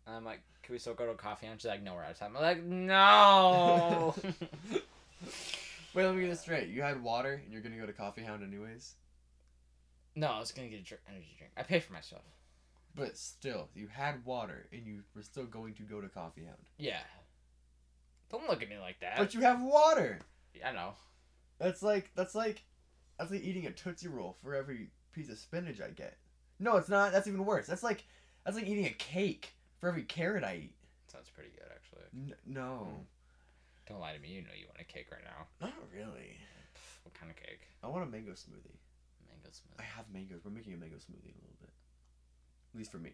Speaker 2: I'm like, can we still go to a coffee? And she's like, no, we're out of time. I'm like, no.
Speaker 1: Wait, let me get this straight. You had water, and you're gonna go to Coffee Hound anyways.
Speaker 2: no, I was gonna get a drink, energy drink. I pay for myself.
Speaker 1: But still, you had water, and you were still going to go to Coffee Hound.
Speaker 2: Yeah. Don't look at me like that.
Speaker 1: But you have water.
Speaker 2: I know.
Speaker 1: That's like that's like that's like eating a tootsie roll for every piece of spinach I get. No, it's not. That's even worse. That's like that's like eating a cake for every carrot I eat.
Speaker 2: Sounds pretty good, actually.
Speaker 1: N- no,
Speaker 2: Don't lie to me. You know you want a cake right now.
Speaker 1: not really.
Speaker 2: Pff, What kind of cake?
Speaker 1: I want a mango smoothie.
Speaker 2: Mango smoothie.
Speaker 1: I have mangoes. We're making a mango smoothie in a little bit. At least for me.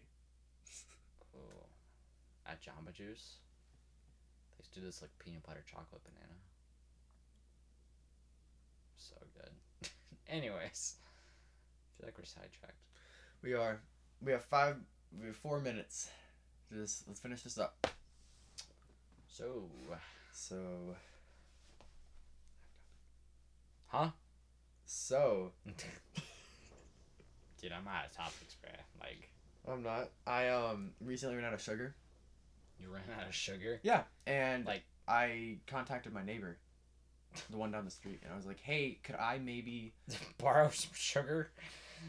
Speaker 2: Oh, at Jamba Juice, they used to do this like peanut butter chocolate banana. So good. Anyways, I feel like we're sidetracked.
Speaker 1: We are. We have five. We have four minutes. Just let's finish this up.
Speaker 2: So,
Speaker 1: So
Speaker 2: huh?
Speaker 1: so
Speaker 2: Dude, I'm out of topics, bruh. Like,
Speaker 1: I'm not. I um recently ran out of sugar.
Speaker 2: you ran out of sugar.
Speaker 1: Yeah, and
Speaker 2: Like-
Speaker 1: I contacted my neighbor, the one down the street, and I was like, "Hey, could I maybe?"
Speaker 2: Borrow some sugar.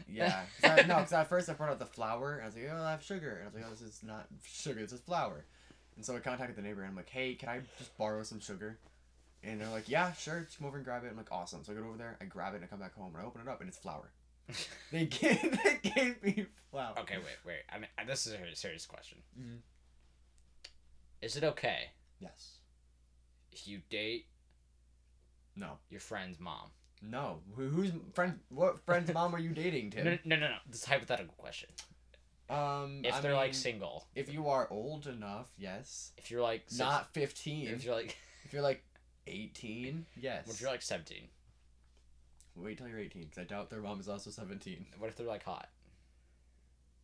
Speaker 1: Yeah, 'Cause I, no, because at first I brought out the flour, and I was like, "Oh, I have sugar," and I was like, "Oh, this is not sugar. This is flour." And so I contacted the neighbor, and I'm like, "Hey, can I just borrow some sugar?" And they're like, "Yeah, sure. Just come over and grab it." I'm like, "Awesome!" So I go over there, I grab it, and I come back home, and I open it up, and it's flour. They gave they gave me flour.
Speaker 2: okay, wait, wait. I mean, uh, this is a serious question.
Speaker 1: Mhm.
Speaker 2: Is it okay
Speaker 1: Yes.
Speaker 2: if you date
Speaker 1: No.
Speaker 2: your friend's mom?
Speaker 1: No. Who, who's friend? What friend's mom are you dating,
Speaker 2: No, no,
Speaker 1: Tim?
Speaker 2: no, no. no. This is a hypothetical question.
Speaker 1: Um,
Speaker 2: If
Speaker 1: I
Speaker 2: they're like
Speaker 1: mean-
Speaker 2: single,
Speaker 1: If you are old enough, yes.
Speaker 2: if you're like six-
Speaker 1: Not 15.
Speaker 2: if you're like
Speaker 1: If you're like 18, yes.
Speaker 2: What if you're like 17?
Speaker 1: Wait till you're 18, because I doubt their mom is also 17.
Speaker 2: What if they're like hot?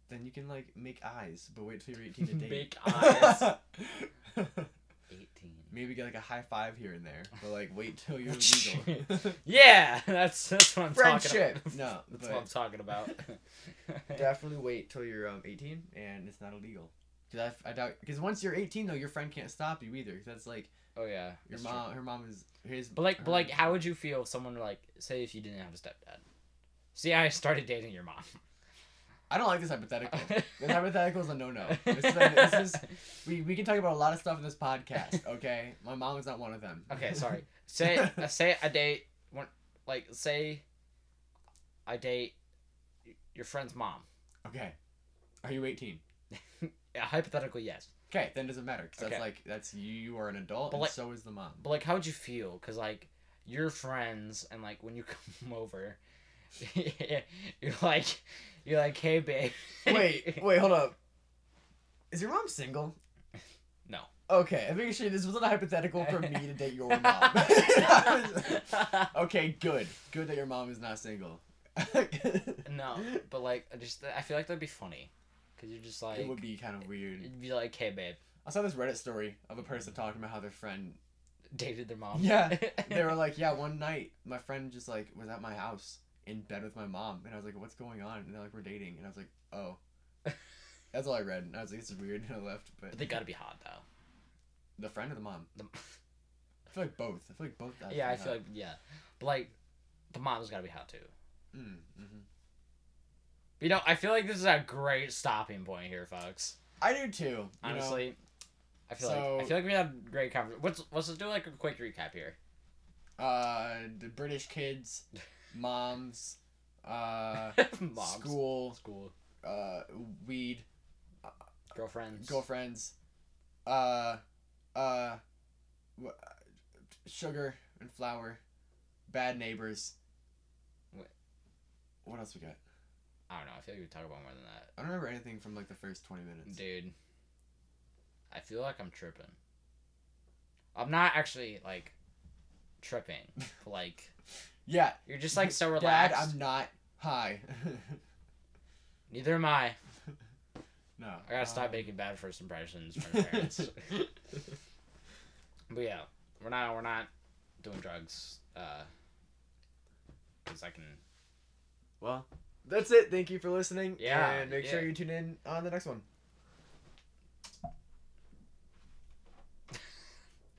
Speaker 1: Then you can, like, make eyes, but wait till you're 18 to date.
Speaker 2: Make eyes. 18.
Speaker 1: Maybe get, like, a high five here and there, but, like, wait till you're legal.
Speaker 2: Yeah, that's that's what I'm
Speaker 1: Friendship!
Speaker 2: talking about.
Speaker 1: no,
Speaker 2: That's what I'm
Speaker 1: but
Speaker 2: talking about.
Speaker 1: definitely wait till you're um, 18 and it's not illegal. Because I, I doubt. Because once you're 18, though, your friend can't stop you either. 'cause that's, like,
Speaker 2: oh yeah.
Speaker 1: your
Speaker 2: that's true.
Speaker 1: mom, her mom is. His,
Speaker 2: But like but
Speaker 1: her-
Speaker 2: like how would you feel if someone like say if you didn't have a stepdad? See, I started dating your mom.
Speaker 1: I don't like this hypothetical. this hypothetical is a no no. This, is a- this is we, we can talk about a lot of stuff in this podcast. Okay, my mom is not one of them.
Speaker 2: Okay, sorry. Say uh, say I date one like say I date y- your friend's mom.
Speaker 1: Okay, are you eighteen?
Speaker 2: Yeah, hypothetically, yes.
Speaker 1: Okay, then it doesn't matter because
Speaker 2: Okay.
Speaker 1: that's like that's you. You are an adult,
Speaker 2: But
Speaker 1: and
Speaker 2: like-
Speaker 1: so is the mom.
Speaker 2: But like, how would you feel? Cause like your friends and like when you come over, you're like you're like, hey babe.
Speaker 1: wait, wait, hold up. Is your mom single?
Speaker 2: No.
Speaker 1: Okay, I'm making sure this wasn't a hypothetical for me to date your mom. okay, good. Good that your mom is not single. it
Speaker 2: no, but like I just I feel like that'd be funny, cause you're just like
Speaker 1: would be kind of weird.
Speaker 2: you'd be like, hey babe,
Speaker 1: I saw this Reddit story of a person talking about how their friend.
Speaker 2: dated their mom.
Speaker 1: Yeah, they were like, yeah, one night my friend just like was at my house in bed with my mom, and I was like, what's going on? And they're like, we're dating, and I was like, oh. That's all I read, and I was like, "This is weird," and I left. But
Speaker 2: but they gotta be hot though.
Speaker 1: the friend or the mom?
Speaker 2: The-
Speaker 1: I feel like both. I feel like both.
Speaker 2: yeah, I feel like yeah, but like the mom's gotta be hot too.
Speaker 1: Mm, hmm
Speaker 2: You know, I feel like this is a great stopping point here, folks.
Speaker 1: I do too. you know?
Speaker 2: Honestly, I feel like
Speaker 1: So-
Speaker 2: I feel like we had a great conversation. Let's let's just do like a quick recap here.
Speaker 1: uh, the British kids, moms, uh,
Speaker 2: Moms,
Speaker 1: school,
Speaker 2: school,
Speaker 1: uh, weed,
Speaker 2: girlfriends,
Speaker 1: girlfriends, uh, uh, wh- sugar and flour, bad neighbors.
Speaker 2: What?
Speaker 1: What else we got?
Speaker 2: I don't know. I feel like we talk about more than that,
Speaker 1: I don't remember anything from like the first twenty minutes.
Speaker 2: dude. I feel like I'm tripping. I'm not actually like tripping. but, like
Speaker 1: Yeah,
Speaker 2: you're just like so
Speaker 1: Dad,
Speaker 2: relaxed.
Speaker 1: I'm not high.
Speaker 2: Neither am I.
Speaker 1: no,
Speaker 2: I gotta stop
Speaker 1: um,
Speaker 2: making bad first impressions for my parents. but yeah, we're not we're not doing drugs. Uh, cause I can.
Speaker 1: Well, that's it. Thank you for listening.
Speaker 2: Yeah,
Speaker 1: And make sure
Speaker 2: yeah.
Speaker 1: you tune in on the next one.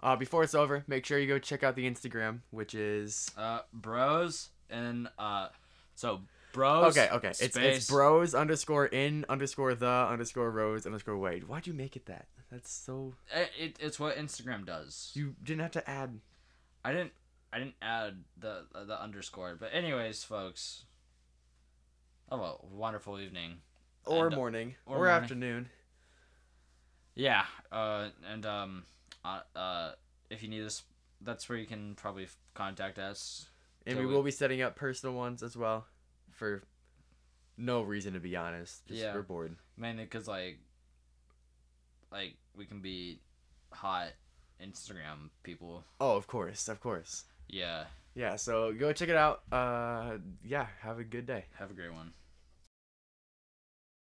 Speaker 1: Uh, before it's over, make sure you go check out the Instagram, which is
Speaker 4: Uh, bros and uh, so bros.
Speaker 1: okay, okay. It's
Speaker 4: space,
Speaker 1: it's bros underscore in underscore the underscore rose underscore wade. Why'd you make it that? That's so
Speaker 4: It, Eh, it, it's what Instagram does.
Speaker 1: you didn't have to add.
Speaker 4: I didn't. I didn't add the the underscore. But anyways, folks. Have a wonderful evening.
Speaker 1: Or
Speaker 4: And-
Speaker 1: morning,
Speaker 4: or
Speaker 1: or,
Speaker 4: morning.
Speaker 1: afternoon.
Speaker 4: Yeah. Uh, and um, uh, uh, if you need us, that's where you can probably f- contact us.
Speaker 1: And
Speaker 4: So
Speaker 1: we
Speaker 4: we-
Speaker 1: will be setting up personal ones as well, for no reason to be honest. Just
Speaker 4: Yeah.
Speaker 1: we're bored.
Speaker 4: Mainly because like, like we can be hot Instagram people.
Speaker 1: Oh, of course, of course.
Speaker 4: Yeah.
Speaker 1: Yeah, so go check it out. Uh, yeah, have a good day.
Speaker 4: Have a great one.